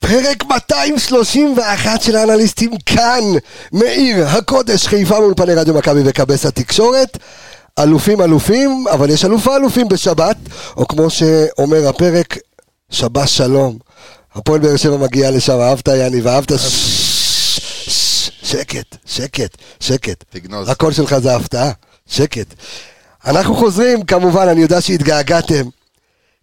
פרק 231 של האנליסטים כאן, מעיר הקודש, חיפה מאולפני רדיו מכבי וכבש התקשורת. אלופים אלופים, אבל יש אלופה אלופים בשבת, או כמו שאומר הפרק, שבת שלום. הפועל באר שבע מגיעה לשם, אהבת יאני ואהבת... ש- ש- שקט, שקט, שקט. תגנוז. הקול שלך זה הפתעה, שקט. אנחנו חוזרים, כמובן, אני יודע שהתגעגעתם.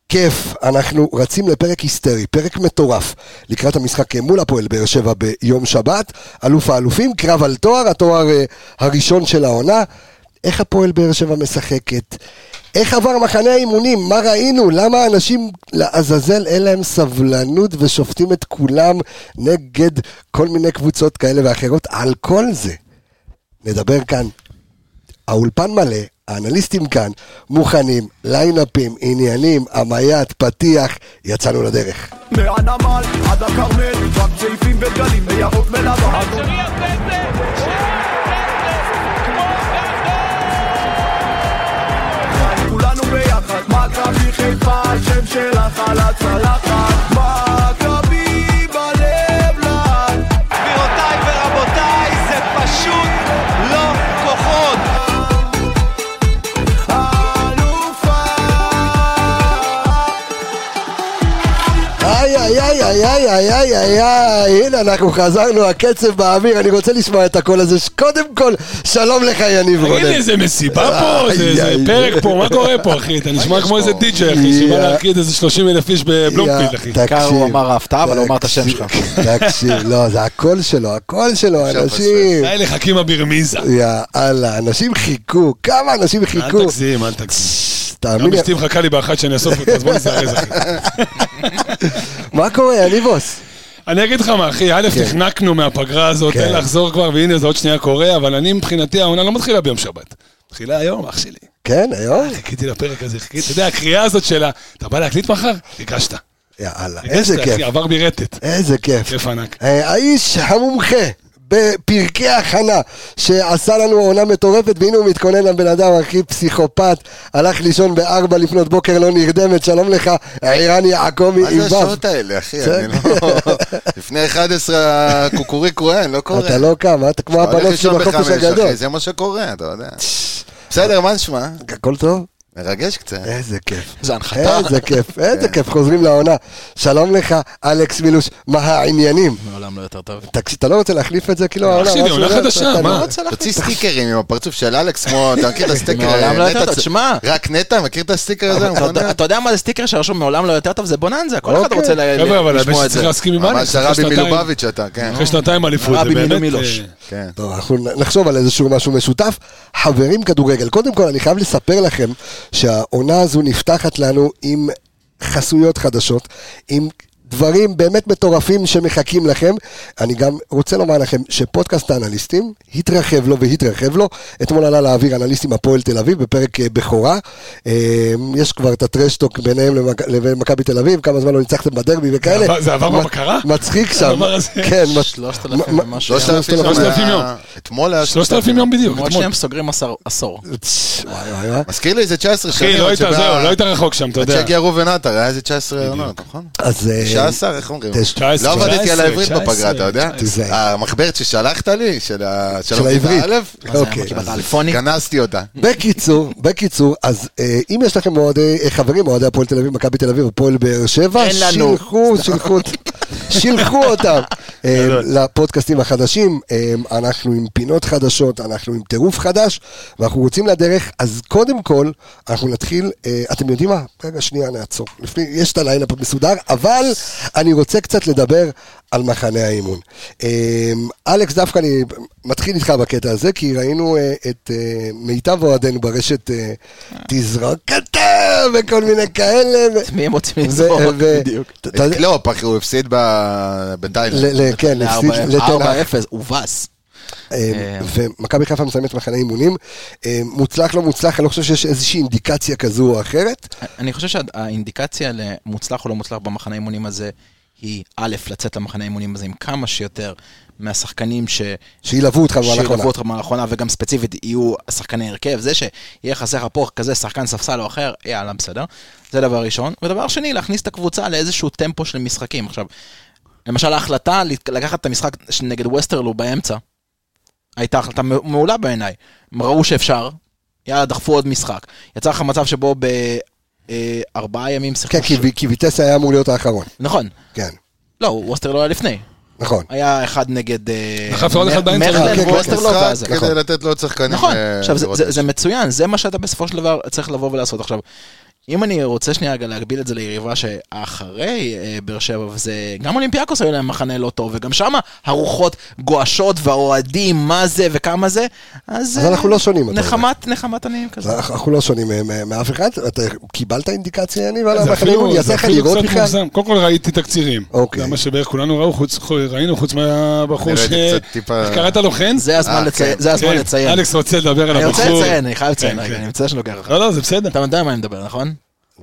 כיף, אנחנו רצים לפרק היסטרי, פרק מטורף, לקראת המשחק מול הפועל באר שבע ביום שבת, אלוף האלופים, קרב על תואר, התואר אה, הראשון של העונה, איך הפועל באר שבע משחקת, איך עבר מחנה האימונים, מה ראינו, למה האנשים לעזאזל אין להם סבלנות ושופטים את כולם נגד כל מיני קבוצות כאלה ואחרות, על כל זה נדבר כאן האולפן מלא, האנליסטים כאן, מוכנים, ליינאפים, עניינים, המייט, פתיח, יצאנו לדרך. מהנמל עד הכרמל, רק צעיפים ודגלים בירוק ולבן. שרי הפנדל! כולנו ביחד, מכבי חיפה, השם שלך על הצלחת. מכבי בלב לעד. גבירותיי ורבותיי, זה פשוט לא כוחות. אלופה. איי, איי, איי, איי, איי, איי, איי, איי, איי, הנה אנחנו חזרנו, הקצב באוויר, אני רוצה לשמוע את הקול הזה. ש- קודם כל, שלום לך, יניב רונן. תגיד לי, זה מסיבה פה? זה- אה, איי, זה איי. פרק פה? מה קורה פה, אחי? אתה נשמע יש כמו איזה פה? די-ג'יי, אחי, שבא יא. להרקיד איזה 30 אלף איש בבלומפילד, לא אחי. תקשיב, בעיקר הוא אמר ההפתעה, אבל הוא אמר את השם תקשיב, שלך. תקשיב, לא, זה הקול שלו, הקול שלו, אפשר אנשים. די לחכים הברמיזה. יא אללה, אנשים חיכו, כמה אנשים חיכו. אל תגזים, אל תגזים. תאמין גם לי, אשתי מחכה לי באחת שאני אאסוף אותה, אז בוא נזרז, אחי. מה קורה, יניבוס? אני אגיד לך מה, אחי, א', נחנקנו מהפגרה הזאת, כן. אין לחזור כבר, והנה זה עוד שנייה קורה, אבל אני מבחינתי, העונה לא מתחילה ביום שבת. מתחילה היום, אח שלי. כן, היום? חיכיתי לפרק הזה, חיכיתי, אתה יודע, הקריאה הזאת שלה, אתה בא להקליט מחר? ריגשת. יאללה, איזה ריגשת, כיף, אחי, עבר ברטט. איזה כיף. כיף ענק. אה, האיש המומחה בפרקי הכנה, שעשה לנו עונה מטורפת, והנה הוא מתכונן לבן אדם הכי פסיכופת, הלך לישון בארבע לפנות בוקר, לא נרדמת, שלום לך, ערן יעקבי מה עם זה וו. השעות האלה, כן. אחי? צודק. אני לא... לפני 11 הקוקוריקו אין, לא קורה. אתה לא קם, אתה כמו הולך הבנות לישון שלו בחופש בחמש, הגדול. אחי, זה מה שקורה, אתה יודע. בסדר, מה נשמע? הכל טוב? מרגש קצת. אה, איזה כיף. זה הנחתה. איזה כיף, איזה כן. כיף, חוזרים לעונה. שלום לך, אלכס מילוש, מה העניינים? מעולם לא יותר טוב. תקשיב, אתה לא רוצה להחליף את זה? כאילו העונה... שלי, משהו, עונה לא? חדשה, אתה לא מה? רוצה להחליף? תוציא סטיקרים עם הפרצוף של אלכס, כמו, אתה מכיר את הסטיקר? מעולם לא נטע יותר טוב, צ- תשמע. רק נטע, מכיר את הסטיקר הזה? אתה- אתה- אתה יודע מה זה סטיקר שרשום מעולם לא יותר טוב? זה בוננזה, כל אחד אוקיי. רוצה ל- חבר'ה, אבל הבן לשמוע שלי את זה. צריך להסכים עם אלכס. ממש אחרי הרבי שנתיים- מלובביץ' אתה, כן. אחרי שנתיים אליפות, הרבי זה באמת... מילומילוש. אה, כן. טוב, אנחנו נחשוב על איזשהו משהו משותף. חברים כדורגל, קודם כל אני חייב לספר לכם שהעונה הזו נפתחת לנו עם חסויות חדשות, עם דברים באמת מטורפים שמחכים לכם. אני גם רוצה לומר לכם שפודקאסט האנליסטים התרחב לו והתרחב לו. אתמול עלה לאוויר אנליסטים הפועל תל אביב בפרק אה, בכורה. אה, יש כבר את הטרשטוק ביניהם למק- לבין מכבי תל אביב, כמה זמן לא ניצחתם בדרבי וכאלה. עבר- זה עבר מצ- בבקרה? מצחיק שם. הדבר הזה. כן, מ- שלושת אלפים מ- ומשהו. שלושת אלפים יום. שלושת אלפים יום. היה- אתמול היה... שלושת אלפים יום בדיוק, כמו אתמול. שהם סוגרים עשר- עשור. וואי וואי וואי. מזכיר לי איזה 19 שנים. אחי, לא עד היית, שבא- זהו, לא היית רחוק שם, אתה עד יודע. שהגיע ראובן עטר, היה איזה 19 עונות, נכון? אז... אה, 19, איך אומרים? 19, לא עבדתי על 19, העברית בפגרה, אתה יודע? 19. תיזהר. המחברת ששלחת לי, של ה- של המדינה העברית. א', מה זה אוקיי. היה מקיבת אז אלפוני? גנזתי אותה. בקיצור, בקיצור, אז אה, אם יש לכם אוהדי, אה, חברים, אוהדי הפועל תל אביב, מכבי תל אביב, הפועל באר שבע, אין לנו. שילחו, שילחו, אות- שילחו אותם אה, לפודקאסטים החדשים. אה, אנחנו עם פינות חדשות, אנחנו עם טירוף חדש, ואנחנו רוצים לדרך, אז קודם כל, אנחנו נתחיל, אה, אתם יודעים מה? רגע, שנייה, נעצור. לפני, יש את הלילה פה מסודר, אבל אני רוצה קצת לדבר על מחנה האימון. אה, אלכס, דווקא אני מתחיל איתך בקטע הזה, כי ראינו אה, את אה, מיטב אוהדינו ברשת אה, תזרוק אתה וכל מיני כאלה. ו- מי הם רוצים ו- לזרוק? ו- בדיוק. אתה- את לא. קלופ, אחי, הוא הפסיד ב- בתאילנד. ל- ל- כן, הפסיד לתורה. 4-0, הובס. אה, ומכבי חיפה מסיימת מחנה אימונים. אה, מוצלח, לא מוצלח, אני לא חושב שיש איזושהי אינדיקציה כזו או אחרת. אני חושב שהאינדיקציה למוצלח או לא מוצלח במחנה האימונים הזה היא א', לצאת למחנה האימונים הזה עם כמה שיותר מהשחקנים ש... שילוו אותך במהלך העונה. שילוו אותך במהלך העונה, וגם ספציפית יהיו שחקני הרכב. זה שיהיה חסר לך פה כזה שחקן ספסל או אחר, יאללה, בסדר. זה דבר ראשון. ודבר שני, להכניס את הקבוצה לאיזשהו טמפו של משחקים. עכשיו, למשל ההחלטה לת- לקחת את המשחק ש- נגד ווסטרלו באמצע, הייתה החלטה מע- מעולה בעיניי. הם ראו שאפשר, יאללה, דחפו עוד משחק. יצא לך מצב שבו בארבעה ימים שיחקו... כן, כי ש- וי- כי ויטסה היה אמור להיות האחרון. נכון. כן, לא, ווסטרלו היה לפני. נכון. היה אחד נגד... אה, דחף עוד אחד מר- באמצע. כן, מרטן כן, כן. וווסטרלו ואז... משחק לא כדי לתת לעוד שחקנים... נכון, אה, עכשיו זה- לראות זה את זה מצוין, זה מה שאתה בסופו של דבר צריך לבוא ולעשות. עכשיו, אם אני רוצה שנייה רגע להגביל את זה ליריבה שאחרי אה, באר שבע, וזה, גם אולימפיאקוס היו להם מחנה לא טוב, וגם שם הרוחות גועשות והאוהדים, מה זה וכמה זה, אז... אז אה, אנחנו לא שונים, אתה נחמת, נחמת עניים כזה. אז אנחנו לא שונים אה, מ- מאף אחד, אתה קיבלת אינדיקציה, יניב, על זה המחנה אפילו אימון, זה יצא לך אפילו לראות קצת בכלל? מוגזם. קודם כל ראיתי תקצירים. אוקיי. זה מה שבערך כולנו ראו, חוץ- חו- ראינו, חוץ מהבחור אני ש... ראיתי קצת טיפה- איך קראת לו חן? זה הזמן אה, לציין, כן. זה הזמן כן, לציין. אלכס רוצה לדבר על אני הבחור. רוצה לציין, אני חייב לציין, כן, רגע, כן. אני מצטער שאני לוקח לך. לא, לא, זה בסדר. אתה יודע מה אני מדבר, נכון?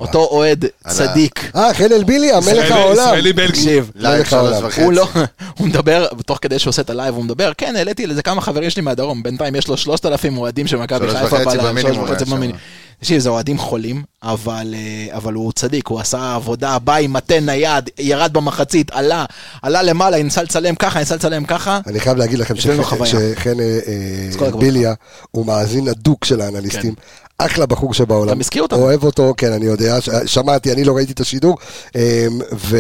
אותו אוהד צדיק. אה, חן אלבילי, המלך ישראלי- העולם. ישראלי בלגי. תקשיב, לייב מלך שלוש העולם. וחצי. הוא לא, הוא מדבר, תוך כדי שהוא עושה את הלייב, הוא מדבר, כן, העליתי לזה כמה חברים שלי מהדרום, בינתיים יש לו 3,000 אוהדים של מכבי שלוש חיפה וחצי בלם, במינימום שלוש היה וחצי שם. במינימום. תקשיב, זה אוהדים חולים, אבל, אה, אבל הוא צדיק, הוא עשה עבודה, בא עם מטה נייד, ירד במחצית, עלה, עלה למעלה, ניסה לצלם ככה, ניסה לצלם ככה. אני חייב להגיד לכם יש לנו שחן- חוויה. שחן אה, אה, אז כל הכבוד. כן. ביליה הוא מאזין הדוק של האנליסטים. אחלה בחור שבעולם. אתה מזכיר אותנו. אוהב אותו, כן, אני יודע, ש- שמעתי, אני לא ראיתי את השידור. אה, ו...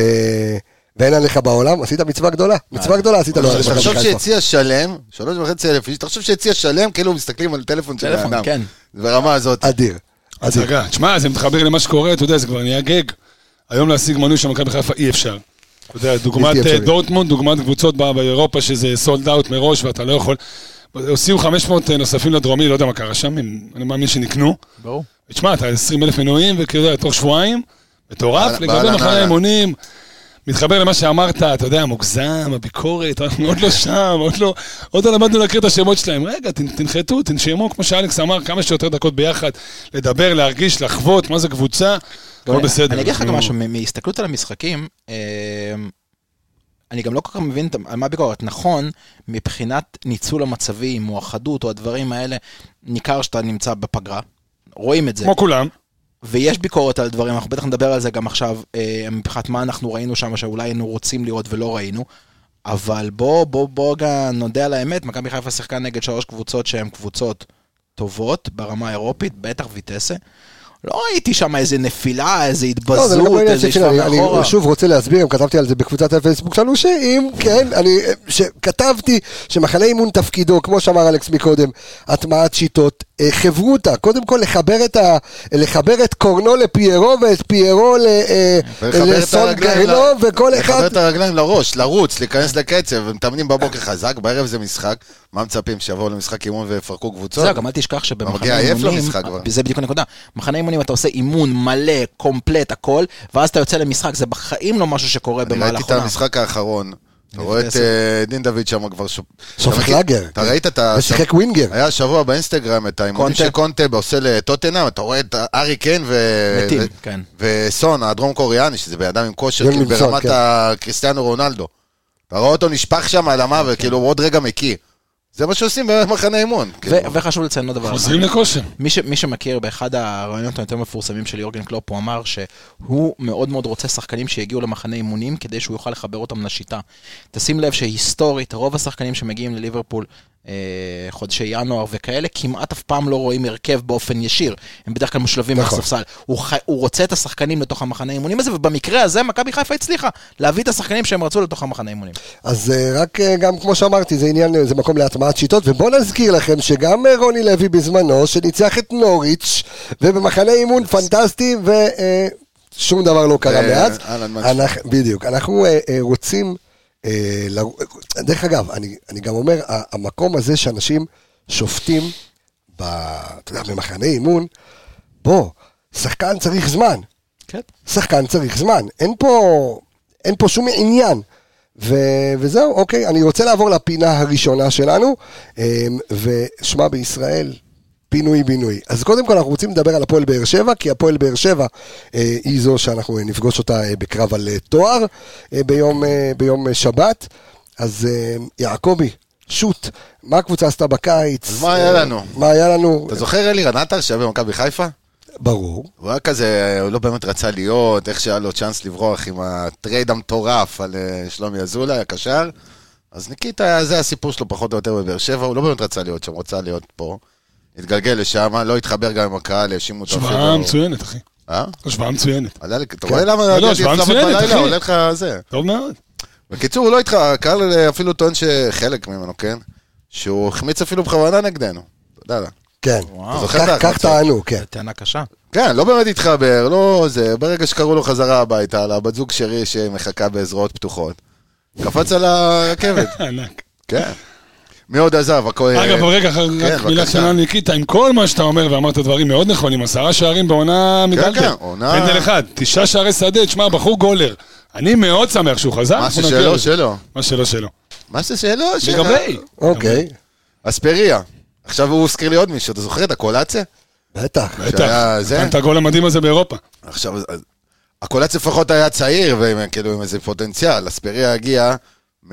ואין עליך בעולם, עשית מצווה גדולה. אה, מצווה גדולה עשית לו. על מכבי תחשוב חיפה. שהציע שלם, שלוש וחצי אלף איש, תחשוב שהציע שלם, כאילו מסתכלים על טלפון של טלפון, האדם. כן. ברמה הזאת. אדיר. אדיר. הצגה. תשמע, זה מתחבר למה שקורה, אתה יודע, זה כבר נהיה גג. היום להשיג מנוי של מכבי חיפה אי אפשר. אתה יודע, דוגמת בלתי אה, אפשרי. דורטמונד, דוגמת קבוצות בא- באירופה, שזה סולד אאוט מראש ואתה לא יכול. הוציאו 500 נוספים לדרומי, לא יודע מה קרה שם, הם- אני מאמין שנקנו. ברור. תשמע, אתה 20 אלף מנויים, וכאילו, אתה יודע, תוך שבועיים, מטורף. בעל- לגבי בעל מחנה הנעלה. אימונים, מתחבר למה שאמרת, אתה יודע, מוגזם, הביקורת, אנחנו עוד לא שם, עוד לא, עוד לא למדנו להכיר את השמות שלהם. רגע, תנ- תנחתו, תנשמו, כמו שאלכס אמר, כמה שיותר דקות ביחד, לדבר, להרגיש, לחוות, מה זה קבוצה, הכל אני- לא בסדר. אני אגיד לך גם אנחנו- משהו, מ- מהסתכלות על המשחקים, אה, אני גם לא כל כך מבין את- על מה הביקורת. נכון, מבחינת ניצול המצבים, מואחדות או הדברים האלה, ניכר שאתה נמצא בפגרה. רואים את זה. כמו כולם, ויש ביקורת על דברים, אנחנו בטח נדבר על זה גם עכשיו, אה, מבחינת מה אנחנו ראינו שם, שאולי היינו רוצים לראות ולא ראינו. אבל בוא, בוא, בוא רגע נודה על האמת, מכבי חיפה שיחקה נגד שלוש קבוצות שהן קבוצות טובות ברמה האירופית, בטח ויטסה. לא ראיתי שם איזה נפילה, איזה לא, זה התבזות, גם לא עניין איזה של שינה, ישבה אני- אני מאחורה. שוב רוצה להסביר, גם כתבתי על זה בקבוצת הפייסבוק שלנו, שאם, כן, אני, שכתבתי שמחנה אימון תפקידו, כמו שאמר אלכס מקודם, הטמעת שיטות, אה, חברותה, קודם כל לחבר את, ה, לחבר את קורנו לפיירו ואת פיירו ל- אה, ולחבר את לסון הרגליים גרנו, ל- וכל לחבר אחד, את הרגליים לראש, לרוץ, להיכנס לקצב, ומתאמנים בבוקר חזק, בערב זה משחק. מה מצפים, שיבואו למשחק אימון ויפרקו קבוצות? זהו, גם אל תשכח מגיע שבמחנה עייף אימונים, למשחק כבר. זה בדיוק הנקודה, מחנה אימונים אתה עושה אימון מלא, קומפלט, הכל, ואז אתה יוצא למשחק, זה בחיים לא משהו שקורה אני ראיתי במהלך את עונה. המשחק האחרון. אתה רואה את לפני אה, דין דוד שם כבר ש... שופך אתה מכיר- לאגר. אתה ראית את ה... ושיחק ווינגר. היה השבוע באינסטגרם את האימונים קונטה. שקונטה עושה לטוטנאם, אתה רואה את ארי קיין ו... מתים, ו- כן. וסון, הדרום קוריאני, שזה בן אדם עם כושר, יוני כאילו סון, ברמת כן. הקריסטיאנו רונלדו. אתה רואה אותו נשפך שם על כן. המוות, כאילו הוא עוד רגע מקיא. זה מה שעושים במחנה אימון. כאילו. ו- וחשוב לציין עוד דבר. אחד. חוזרים לכושר. מי, ש, מי שמכיר, באחד הרעיונות היותר מפורסמים של יורגן קלופ, הוא אמר שהוא מאוד מאוד רוצה שחקנים שיגיעו למחנה אימונים כדי שהוא יוכל לחבר אותם לשיטה. תשים לב שהיסטורית, רוב השחקנים שמגיעים לליברפול אה, חודשי ינואר וכאלה, כמעט אף פעם לא רואים הרכב באופן ישיר. הם בדרך כלל מושלבים נכון. מהספסל. הוא, חי- הוא רוצה את השחקנים לתוך המחנה אימונים הזה, ובמקרה הזה מכבי חיפה הצליחה להביא את השחקנים שהם רצו לתוך המחנה אימונים. אז אה, רק אה, גם כמו שאמרתי, זה עניין, אה, זה מקום להטמעת שיטות, ובואו נזכיר לכם שגם אה, רוני לוי בזמנו, שניצח את נוריץ', ובמחנה אימון פנטסטי, ו... אה, שום דבר לא קרה אה, מאז. אהלן, מה אנחנו- בדיוק. אנחנו אה, אה, רוצים... אה, לר- דרך אגב, אני אני גם אומר, ה- המקום הזה שאנשים שופטים, ב- אתה יודע, במחנה אימון, בוא, שחקן צריך זמן. כן. שחקן צריך זמן, אין פה, אין פה שום עניין. ו, וזהו, אוקיי, אני רוצה לעבור לפינה הראשונה שלנו, אמ, ושמה בישראל, פינוי-בינוי. אז קודם כל אנחנו רוצים לדבר על הפועל באר שבע, כי הפועל באר שבע אה, היא זו שאנחנו אה, נפגוש אותה אה, בקרב על אה, תואר אה, ביום, אה, ביום אה, שבת. אז אה, יעקבי, שוט, מה הקבוצה עשתה בקיץ? אז מה היה אה, לנו? מה היה לנו? אתה זוכר אלירן עטר שהיה במכבי חיפה? ברור. הוא היה כזה, הוא לא באמת רצה להיות, איך שהיה לו צ'אנס לברוח עם הטרייד המטורף על אה, שלומי אזולאי, הקשר. אז ניקיטה, זה הסיפור שלו פחות או יותר בבאר שבע, הוא לא באמת רצה להיות שם, הוא רצה להיות פה. התגלגל לשם, לא התחבר גם עם הקהל, האשימו אותו השוואה מצוינת, אחי. אה? השוואה מצוינת. עלה לי- אתה רואה למה לא, ידעתי השוואה אצלם מצוינת, בלילה, אחי. עולה לך זה. טוב מאוד. בקיצור, הוא לא איתך, הקהל אה, אפילו טוען שחלק ממנו, כן? שהוא החמיץ אפילו בכוונה נגדנו. אתה יודע. כן. וואו. זוכר את כך- כך ההחמצות? טענו, כן. זו טענה קשה. כן, לא באמת התחבר, לא זה, ברגע שקראו לו חזרה הביתה, לבת זוג שרי שמחכה בזרועות פתוחות, קפץ על הרכבת, ענק. כן. מי עוד עזב? הכהן. אגב, אבל רגע, כן, רק מילה בבקשה. קטנה ניקיטה, עם כל מה שאתה אומר, ואמרת דברים מאוד נכונים, עשרה שערים בעונה מדלגל. כן, עונה- פנדל אחד, תשעה שערי שדה, תשמע, בחור גולר. אני מאוד שמח שהוא חזר. מה אנחנו נגיע ששלו, לזה. שלו. מה שלא שלו. מה ששאלו, שלו. לגבי, אוקיי, אספריה. עכשיו הוא הזכיר לי עוד מישהו, אתה זוכר את הקולציה? בטח. בטח, שהיה זה? נתן את הגול המדהים הזה באירופה. עכשיו, אז- הקולציה לפחות היה צעיר, ועם- כאילו עם איזה פוטנציאל, אספריה הגיע מ...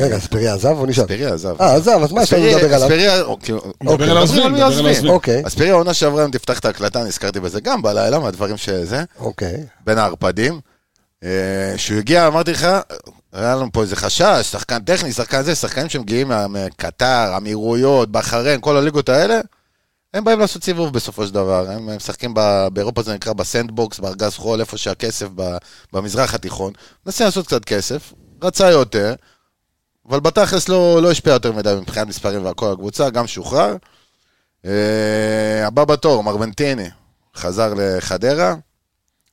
רגע, אספריה עזב או נשאר? אספריה עזב. אה, עזב, אז מה יש לנו אספריה- לדבר עליו? אספריה, אוקיי, מדבר על העוזבים, מדברים מדבר על העוזבים. אוקיי, אספריה העונה שעברה, אם תפתח את ההקלטה, נזכרתי בזה גם בלילה, מהדברים שזה, אוקיי. בין הערפדים. אה, שהוא הגיע, אמרתי לך, היה לנו פה איזה חשש, שחקן טכני, שחקן זה, שחקנים שמגיעים מה- מקטר, אמירויות, בחריין, כל הליגות האלה, הם באים לעשות סיבוב בסופו של דבר. הם הם משחקים ב- באירופה, זה נקרא בסנדבוקס, בארגז חול, איפה שהכסף ב- במזרח התיכון. מנסים לעשות קצת כסף, רצה יותר, אבל בתכלס לא, לא השפיע יותר מדי מבחינת מספרים והכל הקבוצה, גם שוחרר. אה, הבא בתור, מרבנטיני, חזר לחדרה,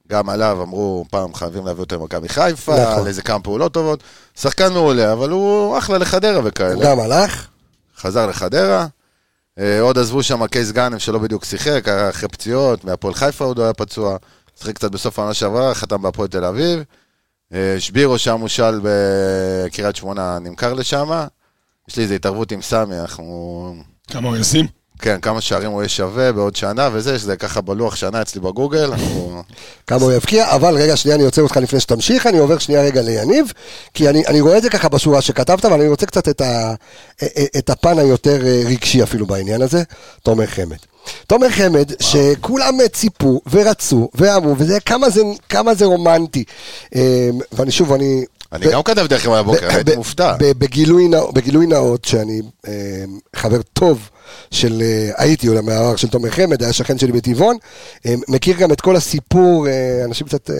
גם עליו אמרו, פעם חייבים להביא אותו למכבי חיפה, נכון. נכון. על איזה כמה פעולות טובות. שחקן מעולה, אבל הוא אחלה לחדרה הוא וכאלה. גם הלך? חזר לחדרה. אה, עוד עזבו שם קייס גאנם שלא בדיוק שיחק, היה אחרי פציעות, מהפועל חיפה עוד היה פצוע, שיחק קצת בסוף העונה שעברה, חתם בהפועל תל אביב. אה, שבירו שם מושל בקריית שמונה, נמכר לשם. יש לי איזו התערבות עם סמי, אנחנו... כמה הוא ישים? כן, כמה שערים הוא יהיה שווה בעוד שנה וזה, שזה ככה בלוח שנה אצלי בגוגל. אנחנו- כמה הוא יבקיע, אבל רגע, שנייה, אני עוצר אותך לפני שתמשיך, אני עובר שנייה רגע ליניב, כי אני, אני רואה את זה ככה בשורה שכתבת, אבל אני רוצה קצת את, ה, את הפן היותר אה, רגשי אפילו בעניין הזה, תומר חמד. תומר חמד, שכולם ציפו ורצו ואמרו, וזה כמה זה, כמה זה רומנטי. אה, ואני שוב, אני... אני גם כתב דרך אגב הבוקר, ב- הייתי ב- מופתע. ב- בגילוי נא- בגילוי נאות, שאני אה, חבר טוב של, אה, הייתי עולה מהעבר של תומר חמד, היה שכן שלי בטבעון, אה, מכיר גם את כל הסיפור, אה, אנשים קצת, אה,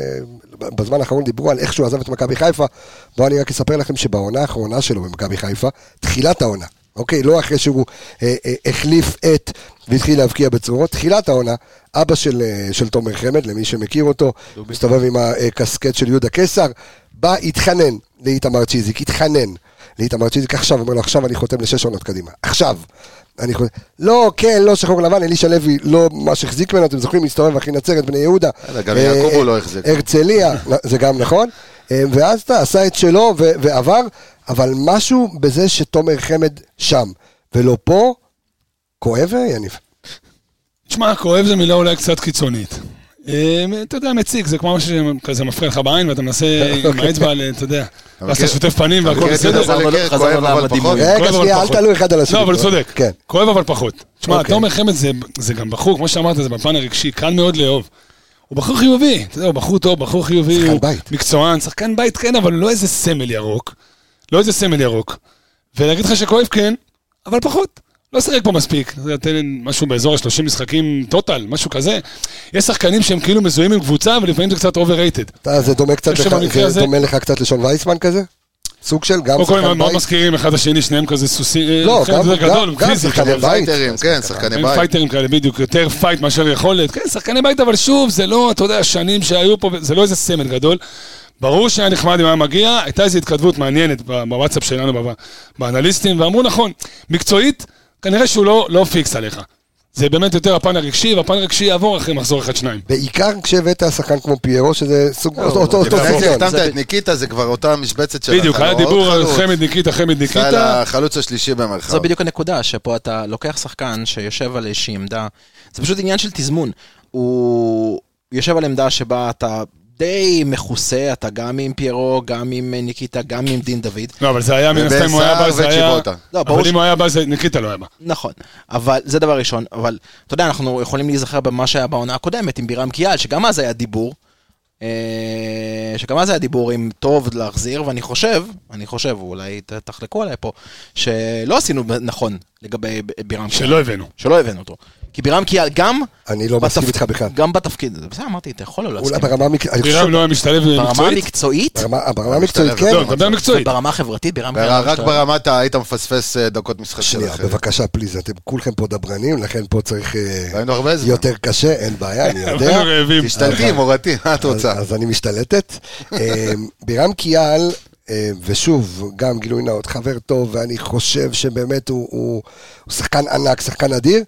בזמן האחרון דיברו על איך שהוא עזב את מכבי חיפה, בואו אני רק אספר לכם שבעונה האחרונה שלו במכבי חיפה, תחילת העונה, אוקיי, לא אחרי שהוא אה, אה, החליף את והתחיל להבקיע בצורות, תחילת העונה, אבא של, אה, של תומר חמד, למי שמכיר אותו, מסתובב עם הקסקט של יהודה קיסר, בא, התחנן לאיתמר צ'יזיק, התחנן לאיתמר צ'יזיק עכשיו, אומר לו, עכשיו אני חותם לשש עונות קדימה, עכשיו. אני חותם, לא, כן, לא שחור לבן, אלישע לוי לא ממש החזיק ממנו, אתם זוכרים, הסתובב אחי נצרת, בני יהודה. יאללה, גם אה, יעקובו אה, לא החזיק. הרצליה, זה גם נכון. אה, ואז אתה עשה את שלו ו- ועבר, אבל משהו בזה שתומר חמד שם, ולא פה, כואב, אה, יניב. תשמע, כואב זו מילה אולי קצת קיצונית. אה, אתה יודע, מציק, זה כמו שכזה מפריע לך בעין ואתה מנסה עם אוקיי. האצבע, ל- אתה יודע, ואז אתה מכיר- שוטף פנים כן. אתה מכיר והכל את בסדר. יהודה ברקר, חזר כואב, לעולם אבל מדהים. פחות. כן, כואב, רגע, אבל שנייה, אל פחות. תעלו אחד על השני. לא, אבל הוא צודק. כן. כואב אבל פחות. תשמע, אוקיי. תומר חמד זה- זה גם בחור, כמו שאמרת, זה בפן הרגשי, קל מאוד לאהוב. הוא בחור חיובי, אתה יודע, הוא בחור טוב, בחור חיובי, שחקן הוא בית. מקצוען, שחקן בית כן, אבל לא איזה סמל ירוק. לא איזה סמל ירוק. ולהגיד לך שכואב כן, אבל פחות. לא שיחק פה מספיק, זה נותן משהו באזור ה-30 משחקים טוטל, משהו כזה. יש שחקנים שהם כאילו מזוהים עם קבוצה, ולפעמים זה קצת overrated. אתה, זה דומה קצת חושב לך, שבמקרה זה הזה- דומה לך קצת לשון וייסמן כזה? סוג של גם קודם כל שחקן הם מאוד בית? מזכירים אחד לשני, שניהם כזה סוסים, לא, חלק גם- יותר גם- גדול, גם פיזי, שחקני הם בית. פייטרים, כן, שחקני הם בית. פייטרים כאלה, בדיוק, יותר פייט מאשר יכולת. כן, שחקני בית, אבל שוב, זה לא, אתה יודע, שנים שהיו פה, זה לא איזה סמל גדול. ברור שהיה נחמד אם היה מגיע, הייתה איזו התכתבות מעניינת ב- בוואטסאפ שלנו, ב- באנליסטים, ואמרו, נכון, מקצועית, כנראה שהוא לא, לא פיקס עליך. זה באמת יותר הפן הרגשי, והפן הרגשי יעבור אחרי מחזור אחד-שניים. בעיקר כשהבאת שחקן כמו פיירו, שזה סוג, כן. אותו- אותו אותו לפני סגנון. שהחתמת את ניקיטה, זה כבר אותה משבצת של... בדיוק, אתה היה לא עוד דיבור על חלוץ. חמד ניקיטה, חמד סל ניקיטה. החלוץ השלישי זו במרחב. בדיוק הנקודה, שפה אתה לוקח שחקן שיושב על איזושהי עמדה, זה פשוט עניין של תזמון. הוא יושב על עמדה שבה אתה די מכוסה, אתה גם עם פיירו, גם עם אה, ניקיטה, גם עם דין דוד. לא, אבל זה היה מן הסתם, אם הוא היה בא, ובסער זה היה... וצ'יבוטה. לא, ברור אבל אם הוא היה בא, זה ניקיטה לא היה בא. נכון, אבל זה דבר ראשון, אבל אתה יודע, אנחנו יכולים להיזכר במה שהיה בעונה הקודמת עם בירם קיאל, שגם אז היה דיבור, אה, שגם אז היה דיבור עם טוב להחזיר, ואני חושב, אני חושב, אולי ת- תחלקו עליי פה, שלא עשינו ב- נכון לגבי ב- בירם קיאל, שלא הבאנו. שלא הבאנו אותו. כי בירם קיאל גם... אני לא מסכים איתך בכלל. גם בתפקיד, זה בסדר, אמרתי, אתה יכול לא אולי להסכים. ברמה המקצועית, אני חושב, בירם לא היה משתלב ברמה מקצועית? המקצועית, ברמה- ברמה המקצועית, משתלב, כן, לא, נדבר מקצועית. וברמה החברתית, בירם קיאל... לא רק משתלב. ברמת ה... היית מפספס אה, דקות משחק של שנייה, אחרים. בבקשה, פליז, אתם כולכם פה דברנים, לכן פה צריך אה, היינו הרבה זמן. יותר קשה, אין בעיה, אני יודע. היינו רעבים. תשתלטי, מורתי, מה את רוצה? אז- אז אני משתלטת. אה, בירם קיאל, אה, ושוב, גם גילוי נאות, חבר טוב, ואני חושב שבאמת הוא- הוא הוא שחקן ענק, שחקן אדיר.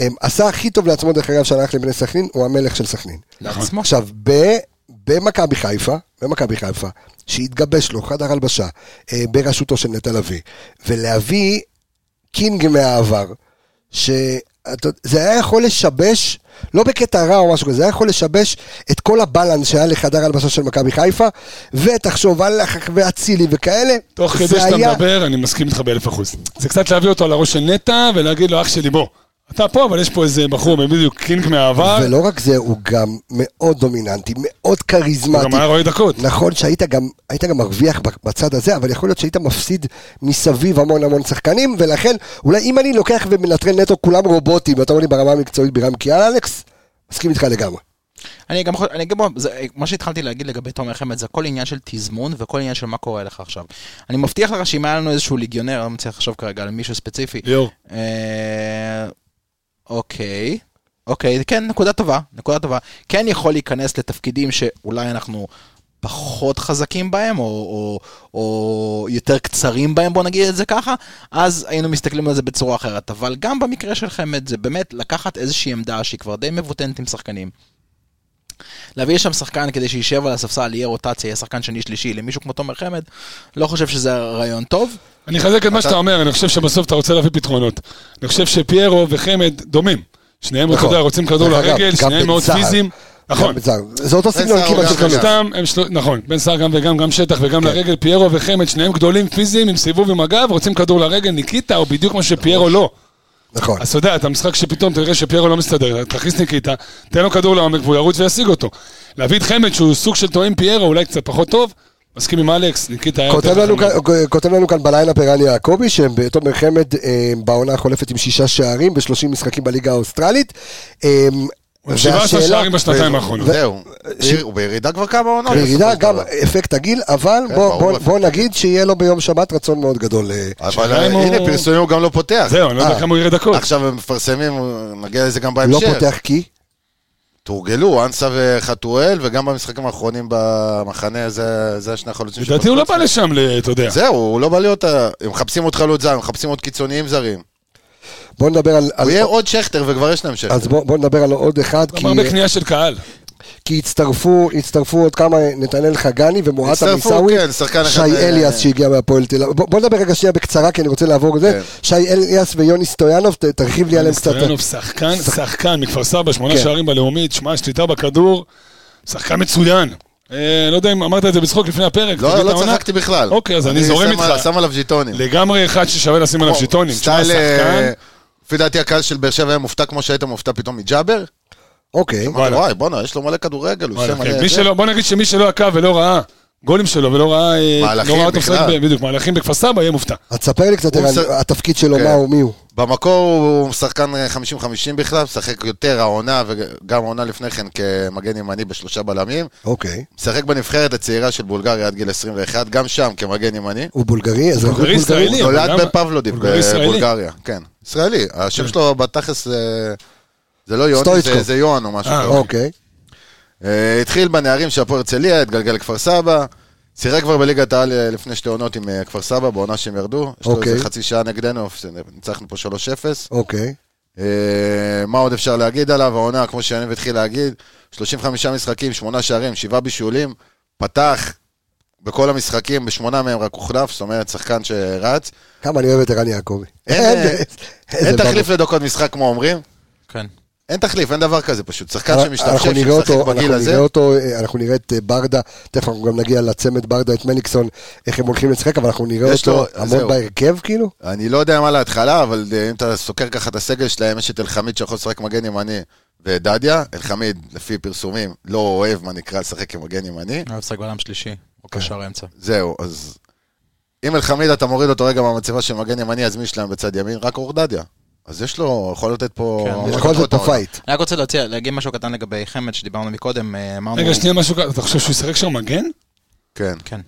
אה, עשה הכי טוב לעצמו, דרך אגב, שהלך לבני סכנין, הוא המלך של סכנין. לעצמו. עכשיו, ב- במכבי חיפה, במכבי חיפה, שהתגבש לו חדר הלבשה אה, בראשותו של נטע לביא, ולהביא קינג מהעבר, שזה היה יכול לשבש, לא בקטע רע או משהו כזה, זה היה יכול לשבש את כל הבלנס שהיה לחדר הלבשה של מכבי חיפה, ותחשוב על אחר כך ואצילי וכאלה. תוך כדי זה שאתה היה- מדבר, אני מסכים איתך באלף אחוז. זה קצת להביא אותו על הראש של נטע ולהגיד לו, אח שלי, בוא. אתה פה, אבל יש פה איזה בחור, בדיוק קינג מהעבר. ולא רק זה, הוא גם מאוד דומיננטי, מאוד הוא גם כריזמטי. היה רואה דקות. נכון שהיית גם, היית גם מרוויח בצד הזה, אבל יכול להיות שהיית מפסיד מסביב המון המון שחקנים, ולכן, אולי אם אני לוקח ומנטרל נטו כולם רובוטים, ואתה אומר לי ברמה המקצועית בירם קיאל, אלכס, מסכים איתך לגמרי. אני גם חושב, אני גם, זה, מה שהתחלתי להגיד לגבי תומר חמד, זה הכל עניין של תזמון וכל עניין של מה קורה לך עכשיו. אני מבטיח לך שאם היה לנו איזשהו ליגיונר, אני לא מצליח לחשוב כרגע על מישהו לא, ספציפי. ליאור. אה, אוקיי, אוקיי, כן, נקודה טובה, נקודה טובה. כן יכול להיכנס לתפקידים שאולי אנחנו פחות חזקים בהם, או, או, או יותר קצרים בהם, בוא נגיד את זה ככה, אז היינו מסתכלים על זה בצורה אחרת. אבל גם במקרה של חמד, זה באמת לקחת איזושהי עמדה שהיא כבר די מבוטנת עם שחקנים. להביא שם שחקן כדי שישב על הספסל, יהיה רוטציה, יהיה שחקן שני שלישי למישהו כמו תומר חמד, לא חושב שזה רעיון טוב. אני אחזק את מה שאתה אומר, אני חושב שבסוף אתה רוצה להביא פתרונות. אני חושב שפיירו וחמד דומים. שניהם, אתה נכון. יודע, רוצים כדור דרך אגב, לרגל, גם שניהם בן מאוד סער. פיזיים. נכון. זה- זה אותו סגנון סער, כמעט גם של בן חמד. סער. שלושתם, הם שלו- נכון, בן סער גם וגם, גם שטח כן. וגם לרגל, פיירו וחמד, שניהם גדולים פיזיים עם סיבוב עם הגב, רוצים כדור לרגל, ניקיטה, או בדיוק מה שפיירו לא. נכון. אז אתה יודע, את המשחק שפתאום תראה שפיירו לא מסתדר, תכניס ניקיטה, תן לו כדור לעומק והוא ירוץ וישיג אותו. להביא את חמד, שהוא סוג של טועם פיירו, אולי קצת פחות טוב, מסכים עם אלכס, ניקיטה היה... כותב יותר לנו, חמד. כאן- כותב לנו כאן בלילה פרן יעקבי, שתומר חמד אה, בעונה החולפת עם שישה שערים ב-30 משחקים בליגה האוסטרלית. אה, הוא עם 17 והשאלה- שערים בשנתיים האחרונות. זהו. הוא בירידה כבר כמה עונות. כן, ירידה, כן, בסופו גם של דבר. אפקט הגיל, אבל כן, בוא- ברור, בוא- אפקט בוא נגיד שיהיה לו ביום שבת רצון מאוד גדול. אה, אבל השאלה אם הנה, הוא- פרסומים הוא גם לא פותח. זהו, אני לא יודע אה. כמה הוא יראה דקות. עכשיו הם מפרסמים, נגיע לזה גם בהמשך. לא פותח כי? תורגלו, אנסה וחתואל, וגם במשחקים האחרונים במחנה, זה, זה השני החלוצים לדעתי הוא לא בא לשם, ל- אתה יודע. זהו, הוא לא בא להיות... ה- הם מחפשים עוד חלוץ זר, הם מחפשים עוד קיצוניים זרים. בוא נדבר על... על- הוא אוקיי. יהיה עוד שכטר, וכבר יש להם שכטר. אז בוא בוא נדבר על עוד אחד, כי- אמר בקנייה של קהל. כי הצטרפו הצטרפו עוד כמה, נתנאל חגני ומועטה הצטרפו, מיסאווי, כן, שחקן אחד, שי אה, אליאס שהגיע מהפועל תל אביב. בוא בוא נדבר רגע שנייה בקצרה, כי אני רוצה לעבור את זה. כן. שי אליאס ויוני סטויאנוב, ת- תרחיב לי עליהם קצת. סטויאנוב שחקן, שחקן מכפר סבא, שמונה כן. שערים בלאומית, שמע, שליטה בכדור, שחקן מצוין. אה, לא יודע אם אמרת את זה בצחוק לפני הפרק. תגיד לא, את לא העונה. צחקתי בכלל. אוקיי, אז אני זורם שם איתך. על- שם עליו ז'יטונים. לגמרי אחד ששווה לשים עליו כמו- שיטונים. שמע, סטייל, שחקן. אה, לפי דעתי הקהל של באר שבע היה מופתע כמו שהיית מופתע פתאום מג'אבר. אוקיי. אמרתי, וואי, בואנה, יש לו מלא כדורגל, הוא וואלה, שם כן. מלא... מי זה. שלא- בוא נגיד שמי שלא עקב ולא ראה גולים שלו ולא ראה... אה, מהלכים לא ראה אותו משחק בכלל. ב- בדיוק, מהלכים בכפר סבא, יהיה מופתע. אז ספר לי קצת, הוא ערן, מס- התפקיד שלו, כן. מה הוא, מי הוא? במקור הוא שחקן 50-50 בכלל, משחק יותר העונה וגם העונה לפני כן כמגן ימני בשלושה בלמים. אוקיי. משחק בנבחרת הצעירה של בולגריה עד גיל 21, גם שם כמגן ימני. הוא בולגרי? אזרחות בולגרי בולגרית? ישראלי. נולד אבל גם- בפבלודיב, בולגרי ישראלי. בבולגריה. כן, ישראלי. השם שלו בתכלס זה- זה לא יוני, סטויצ'קו. זה- זה יוהן או משהו אה, כזה. אוקיי. אה, התחיל בנערים של הפועל הרצליה, התגלגל לכפר סבא. שיחק כבר בליגת העל אה, לפני שתי עונות עם אה, כפר סבא, בעונה שהם ירדו. יש לו אוקיי. איזה חצי שעה נגדנו, ניצחנו פה 3-0. אוקיי. אה, מה עוד אפשר להגיד עליו? העונה, כמו שיניב התחיל להגיד, 35 משחקים, 8 שערים, 7 בישולים, פתח בכל המשחקים, בשמונה מהם רק הוחלף, זאת אומרת, שחקן שרץ. כמה אני אוהב את ערן יעקבי. אין- איזה- איזה אין בבו. תחליף לדקות משחק כמו אומרים, כן. אין תחליף, אין דבר כזה פשוט. שחקן אה, אנחנו שמשתפשף, נראה שמשחק אותו, בגיל אנחנו הזה, נראה אותו, אה, אנחנו נראה את אה, ברדה, תכף אנחנו גם נגיע לצמד ברדה, את מליקסון, איך הם הולכים לשחק, אבל אנחנו נראה יש אותו לו- המון זהו. בהרכב, כאילו. אני לא יודע מה להתחלה, אבל אה, אם אתה סוקר ככה את הסגל שלהם, יש את אלחמיד שיכול לשחק מגן ימני ודדיה. אלחמיד, לפי פרסומים, לא אוהב מה נקרא לשחק עם מגן ימני. אוהב שק בלם שלישי, או קשר אמצע. זהו, אז... אם אלחמיד אתה מוריד אותו רגע מהמצבה של מגן ימני, אז מי שלהם בצד ימין? רק אורדדיה. אז יש לו, יכול לתת פה... כן, ממש בכל זאת את העונה. בפייט. אני רק רוצה להציע, להגיד משהו קטן לגבי חמד שדיברנו מקודם, אה, אמרנו... רגע, שנייה משהו כזה, אתה חושב שהוא ישחק שם מגן? כן. כן.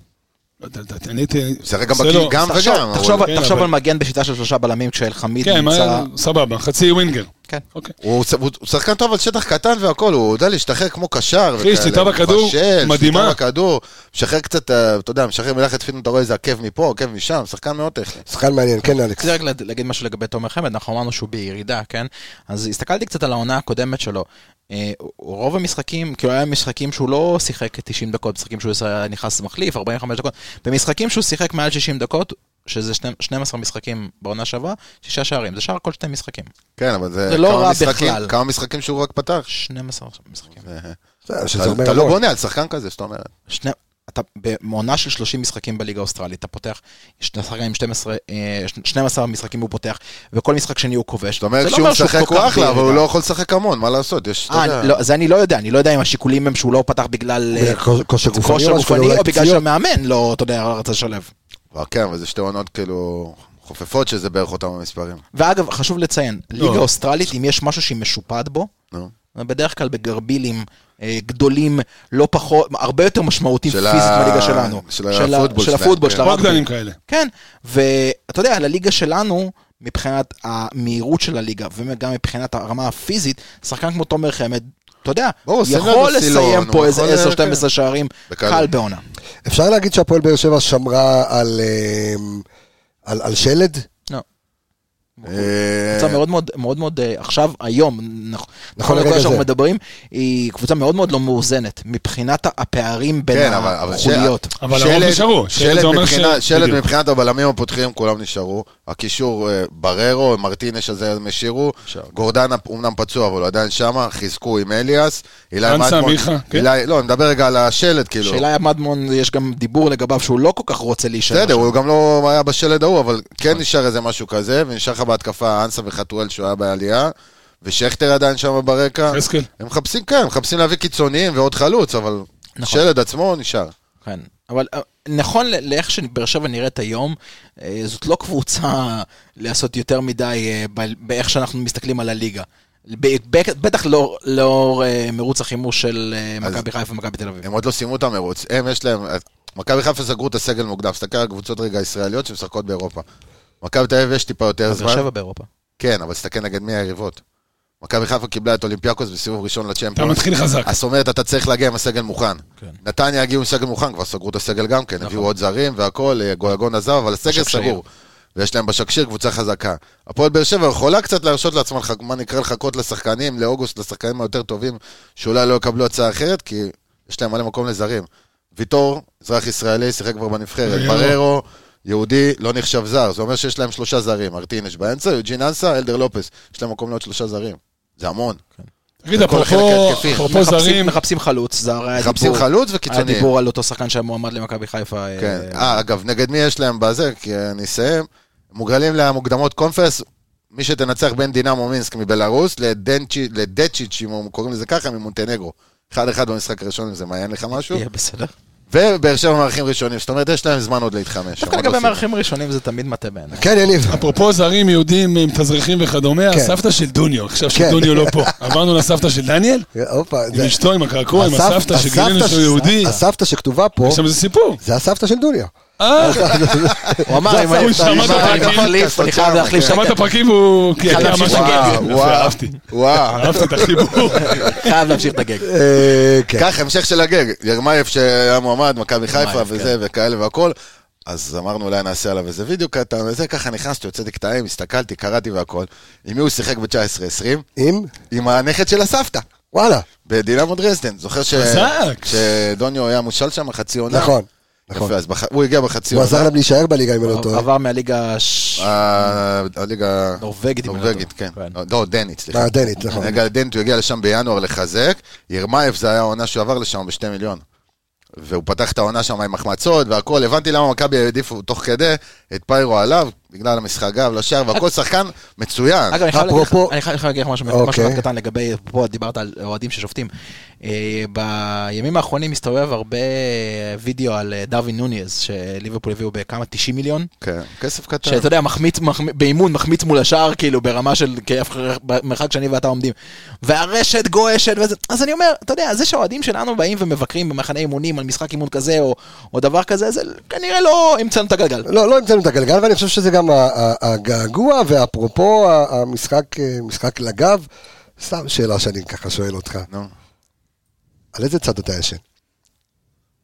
לא יודע, לדעתי, אני הייתי... משחק גם זה בקיל, לא. גם תחשוב- וגם. תחשוב- אבל כן, תחשוב אבל- על מגן בשיטה של שלושה בלמים כשאלחמיד כן, נמצא... מה- סבבה, חצי ווינגר. כן. אוקיי. הוא הוא- הוא שחקן טוב על שטח קטן והכל, הוא יודע להשתחרר כמו קשר. אחי, וכאלה, שליטה הוא בכדור, מבשל, מדהימה. שליטה בכדור, משחרר קצת, אה, אתה יודע, משחרר מלאכת פינו, אתה רואה איזה עקב מפה, עקב משם, שחקן מאוד טכני. שחקן מעניין, כן אלכס. רציתי רק לד- להגיד משהו לגבי תומר חמד, אנחנו אמרנו שהוא בירידה, כן? אז הסתכלתי קצת על העונה הקודמת שלו. אה, הוא- רוב המשחקים, כאילו היה משחקים שהוא לא שיחק 90 דקות, משחקים שהוא היה נכנס מחליף, 45 דקות, במשחקים שהוא שיחק מעל 60 דקות, שזה שני- 12 משחקים בעונה שעברה, שישה שערים, זה שער כל שני משחקים. כן, אבל זה זה לא כמה רע משחקים- בכלל. כמה משחקים שהוא רק פתח. 12 משחקים. זה- שזה אתה אומר אתה לא המון. בונה על שחקן כזה, זאת אומרת. שני, אתה במעונה של 30 משחקים בליגה האוסטרלית, אתה פותח שני שחקנים עם 12, אה, ש- 12 משחקים הוא פותח, וכל משחק שני הוא כובש. זאת אומרת, זה לא כשהוא אומר שהוא משחק כל הוא כך אחלה, אבל הוא בירידה. לא יכול לשחק המון, מה לעשות? יש, אתה אה, יודע. אני- לא, זה אני לא יודע, אני לא יודע אם השיקולים הם שהוא לא פתח בגלל אה, כושר גופני כאילו, או משהו, כושר גופני, אולי או בגלל פציעות. שהמאמן לא, אתה יודע, רצה לשלב. אבל כן, אבל זה שתי עונות כאילו חופפות שזה בערך אותם המספרים. ואגב, חשוב לציין, ליגה לא. אוסטרלית, אם יש משהו שהיא משופעת בו, נו. זה בדרך כלל בגרבילים אה, גדולים, לא פחות, הרבה יותר משמעותיים של ה- פיזית מהליגה שלנו. של ה- הפוטבול של שלהם, הפוטבול, כן. של הרגבי. רוקדנים כאלה. כן, ואתה יודע, לליגה שלנו, מבחינת המהירות של הליגה, וגם מבחינת הרמה הפיזית, שחקן כמו תומר חמד, אתה יודע, ברור, שים יכול לנו סילון, לסיים הוא פה איזה לא, יכול- 10-12 שערים בקלות. אה. קל בעונה. אפשר להגיד שהפועל באר שבע שמרה על, אמ, על, על שלד? לא. אה, קבוצה מאוד מאוד, מאוד מאוד, אה, עכשיו, היום, נכ- נכון לרגע לרגע שאנחנו זה. מדברים, היא קבוצה מאוד מאוד לא מאוזנת, מבחינת הפערים בין כן, אבל- אבל ש- החוליות. אבל הרוב נשארו. שלד שלד זה אומר ש... מבחינה- שלד בדיוק. מבחינת הבלמים הפותחים, כולם נשארו. הקישור, אה, בררו, מרטינש הזה הם השאירו. גורדן אומנם פצוע, אבל הוא עדיין שמה. חיזקו עם אליאס. אילי אנסה, מדמון- מיכה, כן. אילי- לא, אני מדבר רגע על השלד, כאילו. שאלה היא, מדמון, יש גם דיבור לגביו שהוא לא כל כך רוצה להישאר. בסדר, שם. הוא גם לא היה בשלד ההוא, אבל כן נשאר איזה משהו כזה, ונשאר לך בהתקפה אנסה וחתואל שהוא היה בעלייה, ושכטר עדיין שם ברקע. חזקאל. הם מחפשים, כן, מחפשים להביא קיצוניים ועוד חלוץ, אבל נכון. שלד עצמו נשאר. כן, אבל אה, נכון ל- לאיך שבאר שבע נראית היום, אה, זאת לא קבוצה לעשות יותר מדי אה, ב- באיך שאנחנו מסתכלים על הליגה. ב- ב- בטח לא לאור אה, מרוץ החימוש של אה, אז- מכבי חיפה ומכבי תל אביב. הם עוד לא סיימו את המרוץ. הם, יש להם... מכבי חיפה סגרו את הסגל מוקדם, תסתכל על קבוצות רגע ישראליות שמשחקות באירופה. מכבי תל אביב יש טיפה יותר באר זמן. שבע באירופה. כן, אבל תסתכל נגד מי היריבות. מכבי חיפה קיבלה את אולימפיאקוס בסיבוב ראשון אתה לצ'מפיונס. מתחיל חזק. אז זאת אומרת, אתה צריך להגיע עם הסגל מוכן. כן. נכון. נתניה הגיעו עם סגל מוכן, כבר סגרו את הסגל גם כן, הביאו עוד זרים והכל, אה, גולגון עזב, אבל הסגל בשקשיר. סגור. ויש להם בשקשיר קבוצה חזקה. הפועל באר שבע יכולה קצת להרשות לעצמה, לח- מה נקרא, לחכות לשחקנים, לאוגוסט, לשחקנים היותר טובים, שאולי לא יקבלו הצעה אחרת, כי יש להם מלא מקום לזרים. ויטור, אזרח ישראלי, שיחק כבר בנבחרת. בררו. בררו, יהודי, לא נחשב זר. זה אומר שיש להם שלושה זרים. ארטינש באמצע, יוג'ין אנסה, אלדר לופס. יש להם מקום לעוד שלושה זרים. זה המון. כן. תגיד, לכל חלק אפרופו ההתקפי. אפרופו מחפשים- זרים, מחפשים חלוץ, זה הרי היה מחפשים דיבור. חלוץ היה וקיצוני. דיבור על אותו שחקן שהיה מועמד למכבי חיפה. אה, כן. אה, אגב, נגד מי יש להם בזה? כי אה, אני אסיים. מוגרלים למוקדמות קונפרס, מי שתנצח בין דינמו מינסק מבלארוס לדנצ'י- לדצ'יץ', אם קוראים לזה ככה, ממונטנגרו. אחד אחד במשחק הראשון, אם זה מעניין לך משהו. יהיה בסדר. ובאר שבע מארחים ראשונים, זאת אומרת, יש להם זמן עוד להתחמש. דווקא הם עוד לגבי לא מארחים ראשונים זה תמיד מטה בעיניי. כן, יניב. אפרופו זרים יהודים עם תזריחים וכדומה, כן. הסבתא של דוניו, עכשיו כן. שדוניו לא פה. עברנו לסבתא של דניאל, אה, הופה. עם אשתו, עם הקעקוע, עם הסבת- הסבתא שגילינו הסבתא שהוא ש- יהודי. הסבתא שכתובה פה, יש שם איזה סיפור. זה הסבתא של דוניה. אה, הוא אמר, זה אם הסבתא. אני- הוא שמע את אם אני הפרקים. מחליף, אני חייב להחליף. שמע את הפרקים והוא קעקע חלב משהו. שישגע. כזה. וואו, יפה, וואו. אהבתי. עושים. וואו. אהבתי את החיבור. חייב להמשיך את הגג. אה, כן. כך, המשך של הגג. ירמייב שהיה מועמד, מכבי חיפה ירמייב, וזה כן. וכאלה והכל. אז אמרנו, אולי נעשה עליו איזה וידאו קטן וזה, ככה נכנסתי, הוצאתי קטעים, הסתכלתי, קראתי והכל. עם מי הוא שיחק ב-19-20? אם? עם הנכד של הסבתא, וואלה. בדינמו דרזדן. זוכר ש... חזק. שדוניו היה מושל שם חצי עונה? נכון. נכון. יפה, אז בח- הוא הגיע בחצי הוא עונה. עזר להם להישאר בליגה, אם אני לא טועה. עבר מהליגה הש- ה- הליגה... נורבגית, אם אני לא נורבגית, טועה. כן. כן. אוקיי. לא, דנית, סליחה. הדנית, נכון. הליגה הדנית, הוא הגיע לשם בינואר לחזק. ירמייב, זה היה העונה שהוא עבר לשם בשתי מיליון. והוא פתח את העונה שם עם החמצות והכל, הבנתי למה מכבי העדיפו תוך כדי את פיירו עליו, בגלל המשחק גב לשער והכל, שחקן מצוין. אגב, אני חייב להגיד לך- אפרופו- אני חייב אני חייב להגיד לך משהו אוקיי. משהו אחד קטן לגבי, פה דיברת על אוהדים ששופטים. אה, בימים האחרונים מסתובב הרבה וידאו על אה, דרווין נוניז, שליברפול הביאו בכמה? 90 מיליון? כן, כסף קטן. שאתה יודע, מחמיץ, מחמ- באימון מחמיץ מול השער, כאילו, ברמה של כאף ח- מרחק שאני ואתה עומדים. והרשת גועשת וזה. אז אני אומר, אתה יודע, זה שהאוהדים שלנו באים ומבקרים במחנה אימונים על משחק אימון כזה או, או דבר כזה, זה כנראה לא המצאנו את הגלגל. לא, לא המצאנו את הגלגל, ואני חושב שזה גם ה- ה- הגעגוע, ואפרופו ה- המשחק אה, משחק לגב, סתם שאלה שאני ככה שואל אותך, נו, על איזה צד אתה ישן?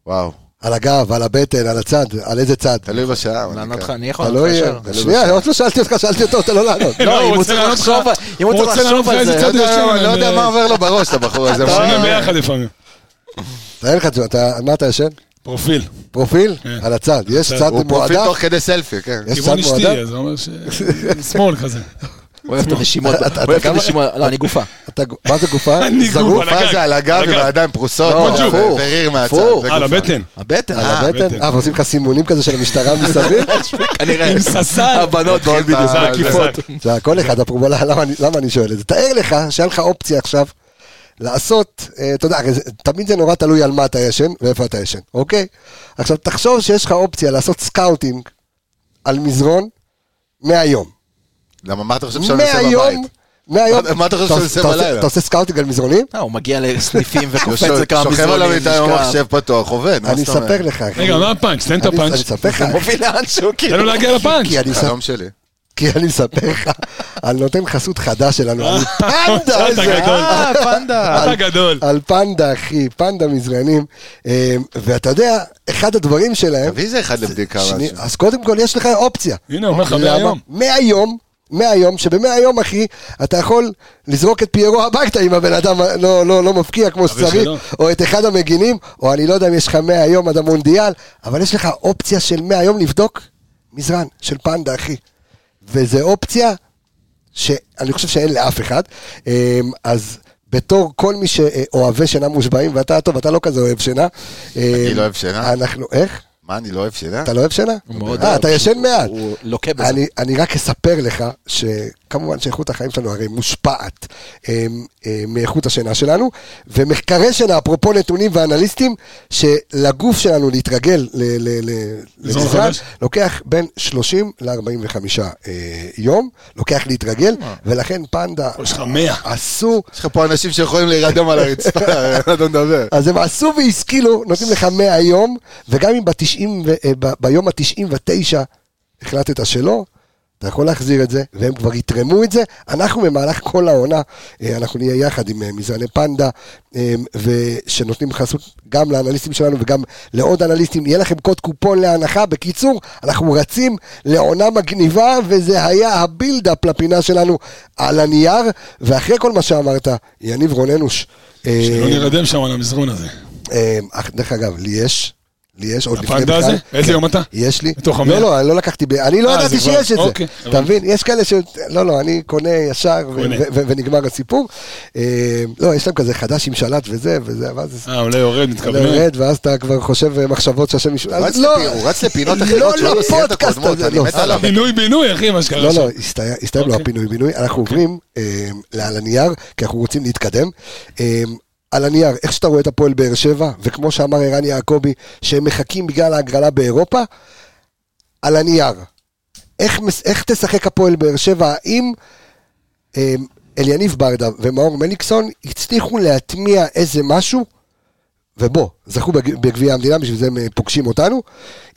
וואו. על הגב, על הבטן, על הצד, על איזה צד? תלוי בשעה. אבל לענות אני כן. לך, כאן. אני יכול אתה לא לענות לך יהיה. ישר. שנייה, עוד לא שאלתי אותך, שאלתי אותו, אתה לא לענות. לא, לא, הוא אם הוא רוצה צריך לענות לך- לחשוב, אם הוא צריך רוצה לענות לחשוב לך על איזה זה, לא צד יודע- ישן, לא יודע אבל- מה עובר לו בראש, הבחור הזה. אה, אתה- שנינו ביחד לפעמים. תאר לך את זה, אתה- על מה אתה ישן? פרופיל. פרופיל? כן. על הצד. יש הצד. צד הוא פרופיל מועדף? תוך כדי סלפי, כן. אה, יש צד כיוון אשתי, מועדף? אז זה אומר ש... שמאל כזה. הוא אוהב את הנשימות, אתה- אתה הוא אוהב את כמה- הנשימות, לא, אני גופה. אתה- מה זה גופה? אני זרוק? גוף על הגב. גופה זה על הגב עם הגב. הידיים פרוסות, לא, ו- הפוך, וריר מהצד. הפוך. זה אה, לא, על גופה. הבטן. הבטן, על הבטן? הבטן. אה, ועושים לך סימונים כזה של המשטרה מסביב? כנראה. עם ססן. הבנות מאוד בדיוק. כן, בדיוק. חזק, מקיפות. חזק. אה, זה הכל אחד, אפרופו, למה אני- למה אני שואל את זה? תאר לך שהיה לך אופציה עכשיו לעשות, אה, אתה יודע, הרי זה- תמיד זה נורא תלוי על מה אתה ישן ואיפה אתה ישן, אוקיי? עכשיו תחשוב שיש לך אופציה לעשות סקאוטינג על מזרון מהיום. למה, מה אתה חושב שאני עושה מהיום, בבית? מהיום. מה- מה אתה חושב שאני עושה אתה בלילה? אתה עושה סקאוטינג על מזרונים? אה, הוא מגיע לסניפים וקופץ יושב- לכמה שוכב על מזרונים. המיטה עם נשכב. המחשב פתוח, עובד. מה אני זאת אומרת? אספר לך. אחי. רגע, מה הפאנץ? תן את אני- הפאנץ'. אני אספר לך. הוא מוביל לאנשהו, תן כאילו. לו להגיע לפאנץ'. כי אני אספר- חלום שלי. כי אני אספר לך על נותן חסות חדש שלנו, אה. על פנדה, אתה איזה גדול. אה, פנדה. אתה גדול. על פנדה, אחי, פנדה מזרנים. אה, ואתה יודע, אחד הדברים שלהם... תביא איזה אחד לבדיקה. שני- משהו. אז קודם כל יש לך אופציה. הנה, הוא אומר לך למה? מהיום. מהיום, מהיום, שבמאה היום, אחי, אתה יכול לזרוק את פיירו הביתה אם הבן אדם לא, לא, לא מפקיע כמו אבל שצריך, שלא. או את אחד המגינים, או אני לא יודע אם יש לך מהיום עד המונדיאל, אבל יש לך אופציה של מהיום לבדוק מזרן של פנדה, אחי. וזו אופציה שאני חושב שאין לאף אחד. אמ, אז בתור כל מי שאוהבי שינה מושבעים, ואתה, טוב, אתה לא כזה אוהב שינה. אני לא אוהב שינה. אנחנו, איך? מה, אני לא אוהב שינה? אתה לא אוהב שינה? מאוד אה, אוהב. אתה ישן מעט. הוא לוקה בזה. אני, אני רק אספר לך שכמובן שאיכות החיים שלנו הרי מושפעת אה, אה, מאיכות השינה שלנו, ומחקרי שינה, אפרופו נתונים ואנליסטים, שלגוף שלנו להתרגל ל- ל- ל- לזרום למזרן, חדש? לוקח בין 30 ל-45 אה, יום, לוקח להתרגל, אה. ולכן פנדה יש לך מאה. עשו... יש לך פה אנשים שיכולים להירדם על הרצפה, אה, אתה מדבר. אז הם עשו והשכילו, נותנים לך 100 יום, וגם אם בתשעים, ו- אה, ב- ביום ה-99 החלטת שלא, אתה יכול להחזיר את זה, והם כבר יתרמו את זה. אנחנו במהלך כל העונה, אה, אנחנו נהיה יחד עם אה, מזרני פנדה, אה, ושנותנים חסות גם לאנליסטים שלנו וגם לעוד אנליסטים. יהיה לכם קוד קופון להנחה. בקיצור, אנחנו רצים לעונה מגניבה, וזה היה הבילדאפ לפינה שלנו על הנייר. ואחרי כל מה שאמרת, יניב רוננוש. אה, שלא נרדם שם על המזרון הזה. אה, אך- דרך אגב, לי יש, לי יש, עוד לפני הפנדה הזה? בכלל. איזה כן, יום אתה? יש לי. בתוך המאה? לא, לא, אני לא לקחתי, ב- אני לא אה, ידעתי זה כבר- שיש את זה. אוקיי, אתה הבנתי. מבין? יש כאלה ש... לא, לא, אני קונה ישר ו- קונה. ו- ו- ונגמר הסיפור. אה, לא, יש להם כזה חדש עם שלט וזה, וזה, ואז זה... אה, אולי יורד, אתה מתכוונן. יורד, ואז אתה כבר חושב אה, מחשבות שהשם ישמע. רץ אז לא, לפי- הוא רץ לפינות לא אחרות שהוא לא סיים את לפודקאסט הקודמות, הזה, אני לא. מת עליו. פינוי בינוי, אחי, מה שקרה לא, שם. לא, הסתיים- הסתיים לו אוקיי. הפינוי-בינוי. אנחנו עוברים אה, לעל הנייר, כי אנחנו רוצים להתקדם. אה, על הנייר, איך שאתה רואה את הפועל באר שבע, וכמו שאמר ערן יעקבי, שהם מחכים בגלל ההגרלה באירופה, על הנייר. איך, מס- איך תשחק הפועל באר שבע? האם אה, אליניב ברדה ומאור מליקסון הצליחו להטמיע איזה משהו? ובוא, זכו בג- בגביע המדינה, בשביל זה הם אה, פוגשים אותנו.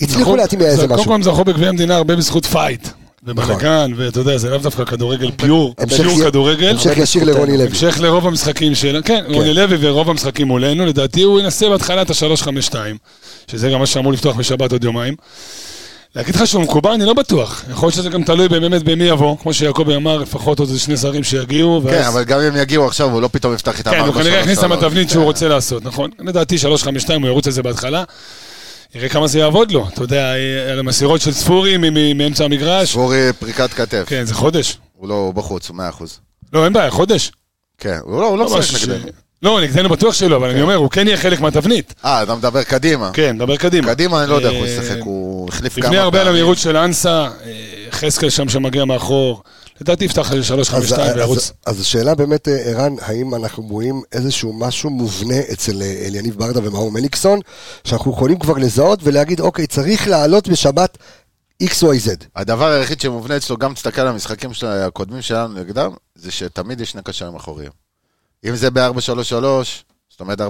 הצליחו נכון, להטמיע זה- איזה קודם משהו. נכון. כל הם זכו בגביע המדינה הרבה בזכות פייט. ובלאגן, ואתה יודע, זה לאו דווקא כדורגל פיור, המשך שיעור י- כדורגל. המשך ישיר לרוני לוי. המשך לרוב המשחקים שלנו, כן, רוני לוי ורוב המשחקים מולנו, לדעתי הוא ינסה בהתחלה את ה-352, שזה גם מה שאמור לפתוח בשבת עוד יומיים. להגיד לך שהוא מקובל, אני לא בטוח. יכול להיות שזה גם תלוי באמת במי יבוא, כמו שיעקבי אמר, לפחות עוד איזה שני זרים שיגיעו. לא כן, ואז- אבל גם אם יגיעו עכשיו, הוא לא פתאום יפתח איתם כן, ארבע הוא כנראה שלוש לא- כן. יכניס את שלוש. המתבנית שהוא רוצה לעשות, נכון? לדעתי 352 הוא ירוץ על זה בהתחלה. נראה כמה זה יעבוד לו. אתה יודע, על המסירות של ספורי מ- מ- מאמצע המגרש. ספורי פריקת כתף. כן, זה חודש. הוא לא, הוא בחוץ, הוא מאה אחוז. לא, אין בעיה, חודש. כן, הוא לא, הוא לא לא משהו משחק ש- נגדנו. לא, נגדנו בטוח שלא, אבל אני אומר, הוא כן יהיה חלק מהתבנית. אה, אתה מדבר קדימה. כן, דבר קדימה. קדימה, אני לא יודע איך הוא אה, ישחק, הוא החליף כמה... לפני הרבה על פעמים. המהירות של אנסה, אה, חזקאל שם שמגיע מאחור. לדעתי יפתח איזה 3-5-2 וירוץ. אז, אז השאלה באמת, אה, ערן, האם אנחנו רואים איזשהו משהו מובנה אצל אה, אליניב ברדה ומאור מליקסון, שאנחנו יכולים כבר לזהות ולהגיד, אוקיי, צריך לעלות בשבת XYZ. הדבר היחיד שמובנה אצלו, גם תסתכל על המשחקים של הקודמים שלנו נגדם, זה שתמיד יש שני קשרים אחוריים. אם זה ב-4-3-3, זאת אומרת 4-2-3-1,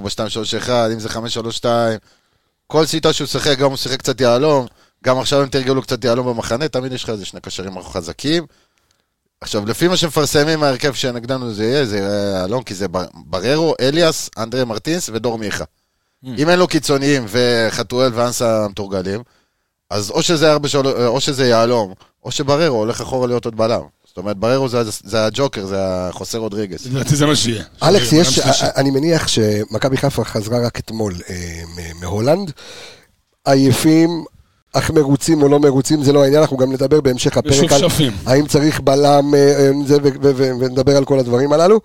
אם זה 5-3-2, כל שיטה שהוא שיחק, גם הוא שיחק קצת יהלום, גם עכשיו הם תרגלו קצת יהלום במחנה, תמיד יש לך איזה שני קשרים חזקים. עכשיו, לפי מה שמפרסמים, ההרכב שנגדנו זה יהיה, זה יהיה יהלום, כי זה בר- בררו, אליאס, אנדרי מרטינס ודור מיכה. אם אין לו קיצוניים וחתואל ואנסה מתורגלים, אז או שזה, ארבע של... או שזה יהלום, או שבררו הולך אחורה להיות עוד בלם. זאת אומרת, בררו זה, זה הג'וקר, זה החוסר רודריגז. לדעתי זה מה שיהיה. אלכס, שזה יש, בלם שלישי. אני מניח שמכבי חיפה חזרה רק אתמול אה, מ- מהולנד. עייפים, אך מרוצים או לא מרוצים, זה לא העניין, אנחנו גם נדבר בהמשך הפרק על משופשפים. האם צריך בלם, אה, אה, זה, ו- ו- ו- ונדבר על כל הדברים הללו.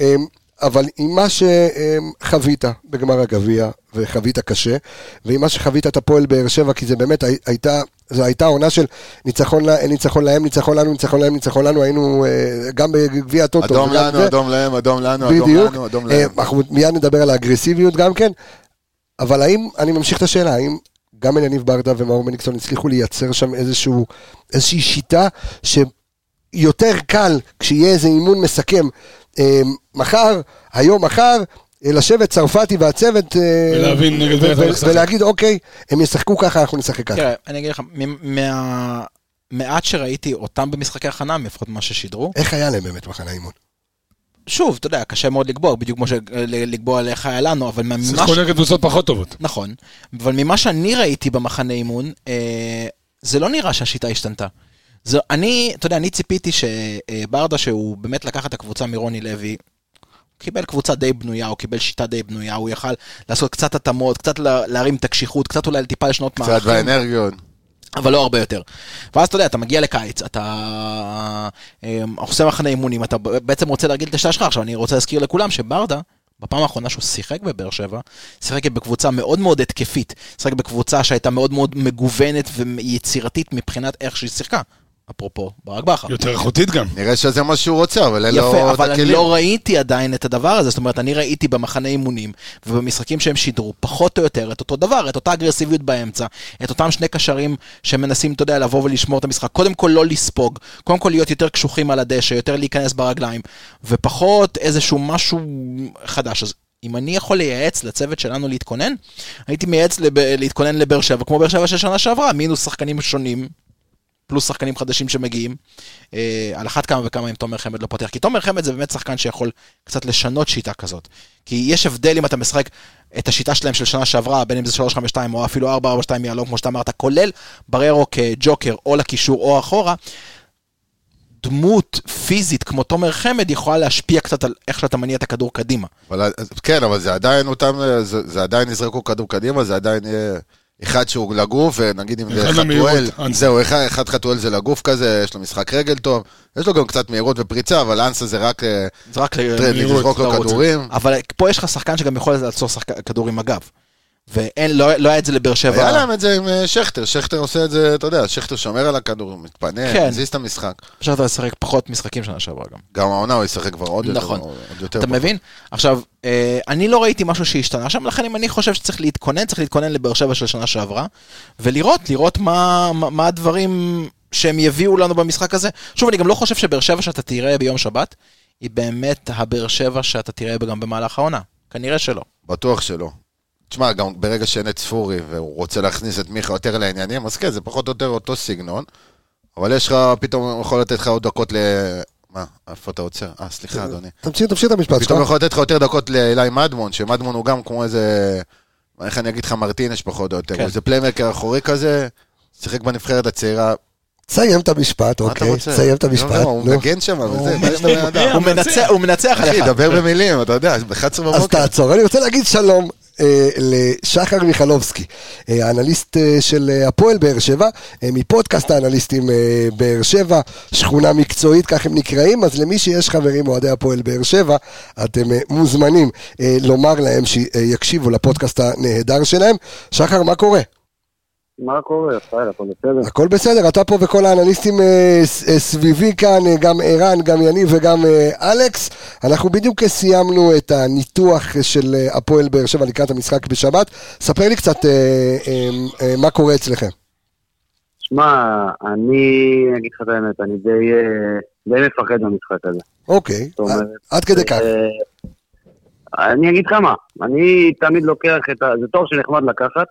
אה, אבל עם מה שחווית בגמר הגביע, וחווית קשה, ועם מה שחווית את הפועל באר שבע, כי זה באמת הי- הייתה, זו הייתה עונה של ניצחון, לה- ניצחון להם, ניצחון לנו, ניצחון להם, ניצחון לנו, היינו אה, גם בגביע הטוטו. אדום וגם לנו, זה. אדום להם, אדום לנו, אדום בדיוק. לא, לנו, אדום אה, להם. אנחנו מיד נדבר על האגרסיביות גם כן, אבל האם, אני ממשיך את השאלה, האם גם אלניב ברדה ומאור מניקסון הצליחו לייצר שם איזשהו, איזושהי שיטה שיותר קל כשיהיה איזה אימון מסכם אה, מחר, היום מחר, אה, לשבת צרפתי והצוות אה, ולהבין נגד מי אתה הולך ו- לשחק. ולהגיד אוקיי, הם ישחקו ככה, אנחנו נשחק כן. ככה. תראה, אני אגיד לך, מ- מהמעט שראיתי אותם במשחקי הכנה, לפחות מה ששידרו, איך היה להם באמת מחנה אימון? שוב, אתה יודע, קשה מאוד לקבוע, בדיוק כמו שלקבוע על איך היה לנו, אבל ממה... שיחקו נגד קבוצות פחות טובות. נכון, אבל ממה שאני ראיתי במחנה אימון, אה, זה לא נראה שהשיטה השתנתה. זה, אני, אתה יודע, אני ציפיתי שברדה, שהוא באמת לקח את הקבוצה מרוני לוי, הוא קיבל קבוצה די בנויה, הוא קיבל שיטה די בנויה, הוא יכל לעשות קצת התאמות, קצת לה, להרים את הקשיחות, קצת אולי טיפה לשנות קצת מערכים. באנרגיות. אבל לא הרבה יותר. ואז אתה יודע, אתה מגיע לקיץ, אתה אה, עושה מחנה אימונים, אתה ב- בעצם רוצה להרגיל את השעה שלך. עכשיו, אני רוצה להזכיר לכולם שברדה, בפעם האחרונה שהוא שיחק בבאר שבע, שיחק בקבוצה מאוד מאוד התקפית. שיחק בקבוצה שהייתה מאוד מאוד מגוונת ויצירתית מבחינת איך שהיא שיחקה. אפרופו ברק בכר. יותר איכותית גם. נראה שזה מה שהוא רוצה, אבל אלה יפה, לא את אבל אני הכלים. לא ראיתי עדיין את הדבר הזה, זאת אומרת, אני ראיתי במחנה אימונים ובמשחקים שהם שידרו, פחות או יותר את אותו דבר, את אותה אגרסיביות באמצע, את אותם שני קשרים שמנסים, אתה יודע, לבוא ולשמור את המשחק. קודם כל לא לספוג, קודם כל להיות יותר קשוחים על הדשא, יותר להיכנס ברגליים, ופחות איזשהו משהו חדש. אז אם אני יכול לייעץ לצוות שלנו להתכונן, הייתי מייעץ לב... להתכונן לבאר שבע, כמו באר שבע של שנה שעברה, מינוס שחקנים שונים, פלוס שחקנים חדשים שמגיעים. אה, על אחת כמה וכמה אם תומר חמד לא פותח. כי תומר חמד זה באמת שחקן שיכול קצת לשנות שיטה כזאת. כי יש הבדל אם אתה משחק את השיטה שלהם של שנה שעברה, בין אם זה 3-5-2 או אפילו 4-4-2 יהלום, כמו שאתה אמרת, כולל בררו כג'וקר או לקישור או אחורה. דמות פיזית כמו תומר חמד יכולה להשפיע קצת על איך שאתה מניע את הכדור קדימה. אבל- אז- כן, אבל זה עדיין אותם, אה, זה זה עדיין יזרקו כדור קדימה, זה עדיין יהיה אחד שהוא לגוף, ונגיד אם זה אחד חתואל, למהירות, אנסה. זהו, אחד אחד חתואל זה לגוף כזה, יש לו משחק רגל טוב, יש לו גם קצת מהירות ופריצה, אבל אנסה זה רק אה, זה רק ל- טרנד, מהירות, לזרוק לו אתה רוצה. כדורים. אבל פה יש לך שחקן שגם יכול לעצור שחק... כדור עם הגב. ואין, לא, לא היה את זה לבאר שבע. היה להם את זה עם אה, שכטר, שכטר עושה את זה, אתה יודע, שכטר שומר על הכדור, מתפנה, כן. מזיז את המשחק. עכשיו אתה לשחק פחות משחקים שנה שעברה גם. גם העונה הוא ישחק כבר עוד יותר. נכון. עוד יותר אתה פחות. מבין? עכשיו, אה, אני לא ראיתי משהו שהשתנה שם, לכן אם אני חושב שצריך להתכונן, צריך להתכונן לבאר שבע של שנה שעברה, ולראות, לראות מה, מה, מה הדברים שהם יביאו לנו במשחק הזה. שוב, אני גם לא חושב שבאר שבע שאתה תראה ביום שבת, היא באמת הבאר שבע שאתה תראה גם במהלך העונה. כנראה שלא. בטוח שלא. תשמע, גם ברגע שאין את ספורי והוא רוצה להכניס את מיכה יותר לעניינים, אז כן, זה פחות או יותר אותו סגנון. אבל יש לך, פתאום הוא יכול לתת לך עוד דקות ל... מה, איפה אתה עוצר? אה, סליחה, אדוני. תמשיך, תמשיך את המשפט שלך. פתאום הוא יכול לתת לך יותר דקות לאלי מדמון, שמדמון הוא גם כמו איזה... איך אני אגיד לך, מרטינש פחות או יותר. כן. הוא איזה פליימקר אחורי כזה, שיחק בנבחרת הצעירה. תסיים את המשפט, מה אתה אוקיי? רוצה? תסיים את לא, המשפט. לא, הוא נו. מגן שם, וזה, מה יש אה, לבן אדם? הוא מנצח, הוא מנצח אחי, עליך. דבר במילים, אתה יודע, ב-11 אז בבוקר. תעצור, אני רוצה להגיד שלום אה, לשחר מיכלובסקי, אה, האנליסט אה, של אה, הפועל באר שבע, אה, מפודקאסט האנליסטים אה, באר שבע, שכונה מקצועית, כך הם נקראים, אז למי שיש חברים אוהדי הפועל באר שבע, אתם אה, מוזמנים אה, לומר להם שיקשיבו לפודקאסט הנהדר שלהם. שחר, מה קורה? מה קורה, ישראל, הכל בסדר? הכל בסדר, אתה פה וכל האנליסטים אה, ס- אה, סביבי כאן, אה, גם ערן, גם יניב וגם אה, אלכס. אנחנו בדיוק אה, סיימנו את הניתוח אה, של אה, הפועל באר שבע לקראת המשחק בשבת. ספר לי קצת אה, אה, אה, מה קורה אצלכם. שמע, אני אגיד לך את האמת, אני די, אה, די מפחד במשחק הזה. אוקיי, זאת אומרת, עד- עד כדי כך. אה, אני אגיד לך מה, אני תמיד לוקח את ה... זה תואר שנחמד לקחת,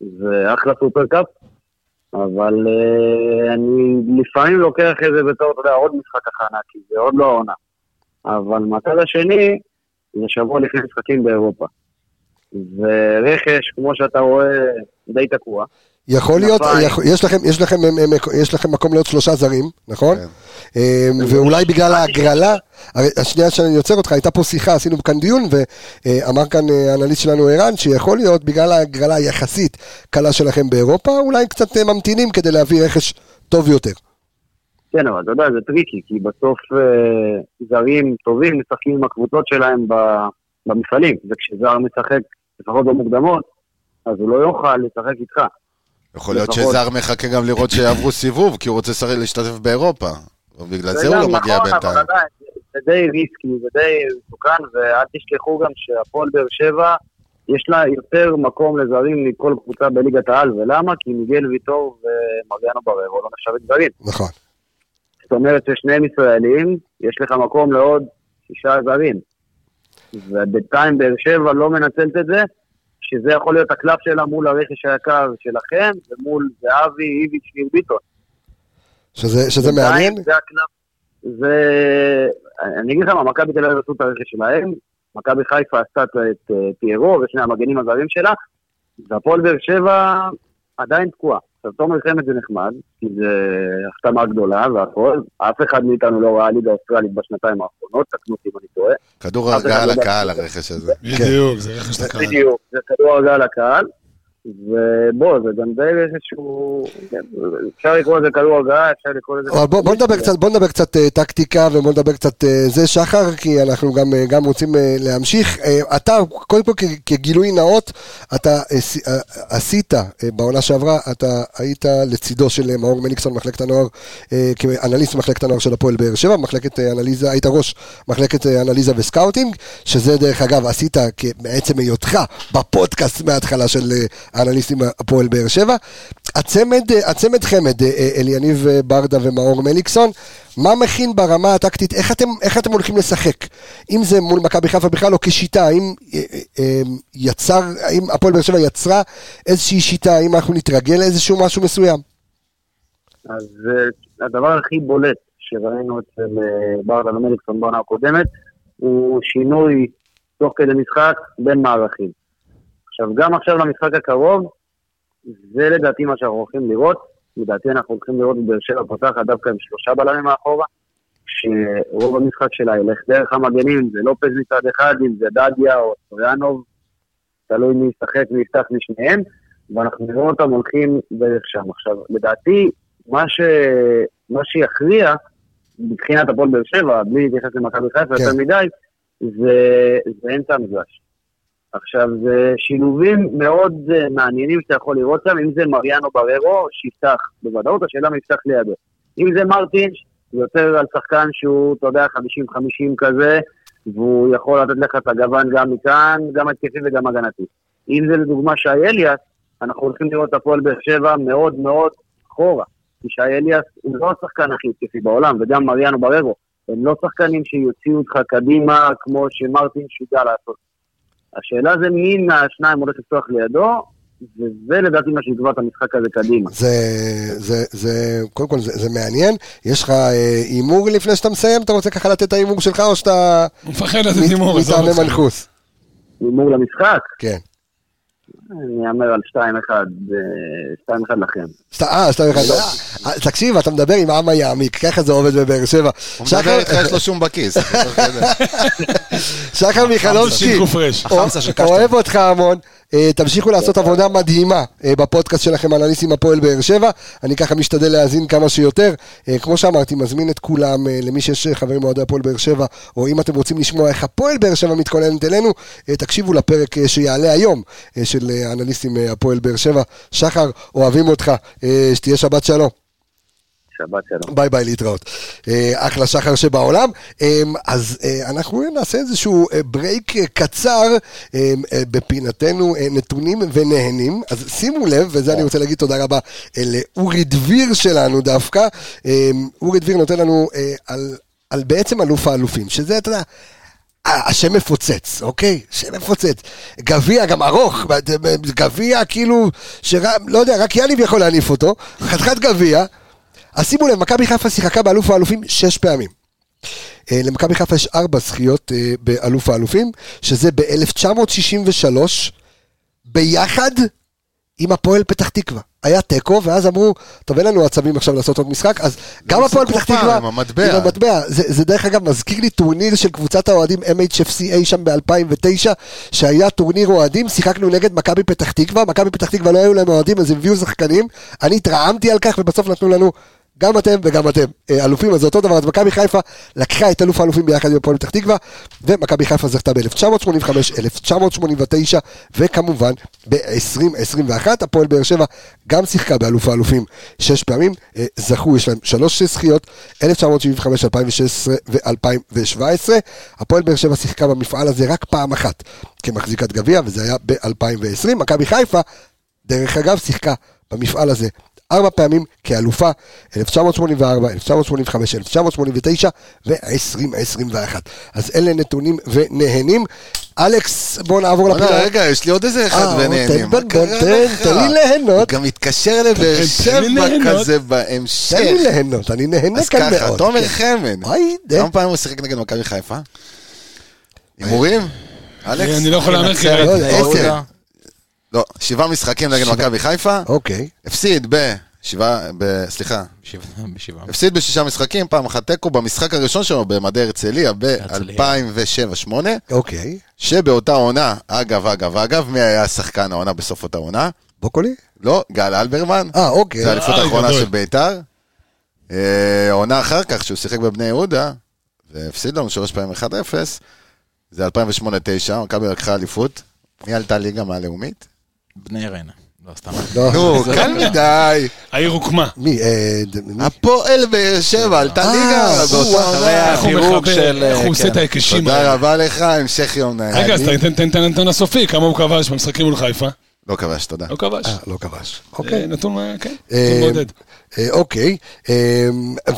זה אחלה סופרקאפ, אבל אה, אני לפעמים לוקח את זה בתור, אתה יודע, עוד משחק הכנה, כי זה עוד לא העונה. אבל מהצד השני, זה שבוע לפני משחקים באירופה. ורכש, כמו שאתה רואה, די תקוע. יכול להיות, כנפיים. יכול- יש לכם- יש לכם- הם- הם- יש לכם מקום לעוד שלושה זרים, נכון? אה, ואולי בגלל ההגרלה, הרי השנייה שאני עוצר אותך, הייתה פה שיחה, עשינו כאן דיון, ואמר כאן אה, האנליסט שלנו ערן, שיכול להיות בגלל ההגרלה היחסית קלה שלכם באירופה, אולי קצת אה, ממתינים כדי להביא רכש טוב יותר. כן, אבל אתה יודע, זה טריקי, כי בסוף אה, זרים טובים משחקים עם הקבוצות שלהם ב- במפעלים, וכשזר משחק, לפחות במוקדמות, אז הוא לא יוכל לשחק איתך. יכול להיות לפחות. שזר מחכה גם לראות שיעברו סיבוב, כי הוא רוצה שרי- להשתתף באירופה. בגלל זה הוא לא גם מגיע נכון, אבל בינתיים. עדיין, זה די ריסקי, זה די מסוכן, ואל תשכחו גם שהפועל באר שבע, יש לה יותר מקום לזרים מכל קבוצה בליגת העל, ולמה? כי מיגל ויטור ומריאנו בררו לא נחשבת זרים. נכון. זאת אומרת ששניהם ישראלים, יש לך מקום לעוד שישה זרים. ובינתיים באר שבע לא מנצלת את זה, שזה יכול להיות הקלף שלה מול הרכש היקר שלכם, ומול זהבי, איביץ', ניר ביטון. שזה שזה מעניין? בינתיים זה הקלף. זה... אני אגיד לך מה, מכבי תל אביב עשו את הרכש שלהם, מכבי חיפה עשתה את אה, פיירו ושני המגנים הזרים שלה, והפועל באר שבע עדיין תקועה. עכשיו, תומר חמד זה נחמד, כי זה החתמה גדולה והכל. אף אחד מאיתנו לא ראה ליגה אוסטרלית בשנתיים האחרונות, תקנו אותי אם אני טועה. כדור אף אחד הרגעה לא יודע. לקהל, הרכש הזה. בדיוק, זה רכש לקהל. בדיוק, זה כדור הרגעה לקהל, ובוא, זה גם די איזשהו... אפשר לקרוא לזה כדור הרגעה, אפשר לקרוא לזה... אבל בוא, בוא נדבר קצת, בוא נדבר קצת אה, טקטיקה ובוא נדבר קצת אה, זה שחר, כי אנחנו גם, אה, גם רוצים אה, להמשיך. אה, אתה, קודם כל כ- כגילוי נאות, אתה אה, ס- אה, עשית אה, בעונה שעברה, אתה היית לצידו של אה, מאור מליקסון במחלקת הנוער, אה, כאנליסט במחלקת הנוער של הפועל באר שבע, מחלקת אה, אנליזה, היית ראש מחלקת אה, אנליזה וסקאוטינג, שזה דרך אגב עשית כ- מעצם היותך בפודקאסט מההתחלה של אה, האנליסטים הפועל באר שבע. הצמד, אה, הצמד חמד, אה, אה, אליניב אה, ברדה ומאור מליקסון, מה מכין ברמה הטקטית, איך אתם, איך אתם הולכים לשחק? אם זה מול מכבי חיפה בכלל או כשיטה, האם אה, אה, אה, יצר, האם הפועל באר שבע יצרה איזושהי שיטה, האם אנחנו נתרגל לאיזשהו משהו מסוים? אז אה, הדבר הכי בולט שראינו אצל אה, ברדה ומליקסון בעונה הקודמת, הוא שינוי תוך כדי משחק בין מערכים. עכשיו, גם עכשיו למשחק הקרוב, זה לדעתי מה שאנחנו הולכים לראות. לדעתי אנחנו הולכים לראות את באר שבע פותחת דווקא עם שלושה בלמים מאחורה, שרוב המשחק שלה ילך דרך המגנים, אם זה לופז מצד אחד, אם זה דדיה או סטויאנוב, תלוי מי ישחק ויפתח משניהם, ואנחנו נראה אותם הולכים דרך שם. עכשיו, לדעתי, מה, ש... מה שיכריע מבחינת הפועל באר שבע, בלי להתייחס למכבי חיפה כן. יותר מדי, זה, זה אמצע המגרש. עכשיו, זה שילובים מאוד אה, מעניינים שאתה יכול לראות שם, אם זה מריאנו בררו, שיפתח בוודאות, השאלה מי יפתח לידו. אם זה מרטינש, זה יותר על שחקן שהוא, אתה יודע, 50-50 כזה, והוא יכול לתת לך את הגוון גם מכאן, גם התקפי וגם הגנתי. אם זה לדוגמה שי אליאס, אנחנו הולכים לראות את הפועל באר שבע מאוד מאוד אחורה. כי שי אליאס הוא לא השחקן הכי התקפי בעולם, וגם מריאנו בררו. הם לא שחקנים שיוציאו אותך קדימה כמו שמרטין שידע לעשות. השאלה זה מי מהשניים הולך לפתוח לידו, וזה לדעתי מה שיקבע את המשחק הזה קדימה. זה, זה, זה, קודם כל זה, זה מעניין. יש לך אה, הימור לפני שאתה מסיים? אתה רוצה ככה לתת את ההימור שלך או שאתה הוא מפחד לתת הימור, עזוב מטעמי אותך. מנחוס? הימור למשחק, כן. אני אאמר על 2-1, אה, 2-1 לכם. סת- אה, סתם אחד. לא. אה, תקשיב, אתה מדבר עם עם היעמיק, ככה זה עובד בבאר שבע. הוא מדבר שחר- איתך, יש לו שום בכיס. שחר מיכלובסקי, שיקוף רש. החמסה של קשטן. אוהב אותך המון. אה, תמשיכו לעשות עבודה מדהימה אה, בפודקאסט שלכם על הניסים הפועל באר שבע. אני ככה משתדל להאזין כמה שיותר. אה, כמו שאמרתי, מזמין את כולם, אה, למי שיש אה, חברים מאוהדי הפועל באר שבע, או אם אתם רוצים לשמוע איך הפועל באר שבע מתכוננת אלינו, אה, תקשיבו לפרק אה, שיעלה היום אה, של אה, אנליסטים אה, הפועל באר שבע. שחר, אוהבים אותך, אה, שתהיה שבת שלום. שבת שלום. ביי ביי להתראות. אה, אחלה שחר שבעולם. אה, אז אה, אנחנו נעשה איזשהו אה, ברייק אה, קצר אה, אה, בפינתנו אה, נתונים ונהנים. אז שימו לב, וזה אני רוצה להגיד תודה רבה אה, לאורי דביר שלנו דווקא. אה, אורי דביר נותן לנו אה, על, על בעצם אלוף האלופים, שזה, אתה יודע... ה- השם מפוצץ, אוקיי? שם מפוצץ. גביע גם ארוך, גביע כאילו, שרק, לא יודע, רק יאניב יכול להניף אותו, חתיכת גביע. אז שימו לב, מכבי חיפה שיחקה באלוף האלופים שש פעמים. אה, למכבי חיפה יש ארבע זכיות אה, באלוף האלופים, שזה ב-1963, ביחד עם הפועל פתח תקווה. היה תיקו, ואז אמרו, טוב, אין לנו עצבים עכשיו לעשות עוד משחק, אז גם משחק הפועל פתח חופה, תקווה... לא, עם המטבע. עם המטבע. זה, זה דרך אגב מזכיר לי טורניר של קבוצת האוהדים MHFCA שם ב-2009, שהיה טורניר אוהדים, שיחקנו נגד מכבי פתח תקווה, מכבי פתח תקווה לא היו להם אוהדים, אז הביאו שחקנים, אני התרעמתי על כך, ובסוף נתנו לנו... גם אתם וגם אתם אה, אלופים, אז זה אותו דבר, אז מכבי חיפה לקחה את אלוף האלופים ביחד עם הפועל פתח תקווה, ומכבי חיפה זכתה ב-1985, 1989, וכמובן ב-2021, הפועל באר שבע גם שיחקה באלוף האלופים שש פעמים, אה, זכו, יש להם שלוש זכיות, 1975, 2016 ו-2017. הפועל באר שבע שיחקה במפעל הזה רק פעם אחת כמחזיקת גביע, וזה היה ב-2020. מכבי חיפה, דרך אגב, שיחקה במפעל הזה ארבע פעמים כאלופה, 1984, 1985, 1989 ו-2021. אז אלה נתונים ונהנים. אלכס, בוא נעבור בוא'נה, לפינה. לא, רגע, יש לי עוד איזה אחד אה, ונהנים. בוא, מה קרה בוא, תן- לך? תן לי ליהנות. הוא גם מתקשר לבאר תן לי שבע ליהנות. כזה תן לי בהמשך. ליהנות, אני נהנה כן. אז כאן מאוד. ככה, תומר לא כן. חמן. וואי, די. כמה פעמים הוא שיחק נגד מכבי חיפה? הימורים? אלכס? כן, אני לא יכול להמר כי לא יודע, אוקיי. עשר. לא, שבעה משחקים נגד מכבי חיפה, אוקיי. הפסיד ב... שבעה, ב- סליחה, בשבעה- בשבעה. הפסיד בשישה משחקים, פעם אחת תיקו, במשחק הראשון שלו במדי הרצליה ב-2007-2008, אוקיי. שבאותה עונה, אגב, אגב, אגב, מי היה שחקן העונה בסוף אותה עונה? בוקולי? לא, גל אלברמן. אה, אוקיי. זו האליפות אה, האחרונה גדול. של ביתר. אה, העונה אחר כך, שהוא שיחק בבני יהודה, והפסיד לנו שלוש פעמים 1-0, זה 2008-2009, מכבי לקחה אליפות. מי עלתה ליגה מהלאומית? בני ריינה. לא, סתם. אה, לא. נו, קל מדי. העיר הוקמה. מי? אה, ד- מי? הפועל באר שבע עלתה אה, ליגה באותה וואו. עונה. איך הוא הפירוק מחבר, של, איך הוא אה, עושה את כן. ההיקשים תודה האלה. רבה לך, המשך יום אה, נעים. רגע, אז תן- תן- תן את הנתון הסופי, כמה הוא כבש במשחקים מול חיפה. לא כבש, תודה. לא כבש. אה, לא כבש. אוקיי. אה, נתון, אה, כן, אה, נתון מעודד. אה, אוקיי, אה,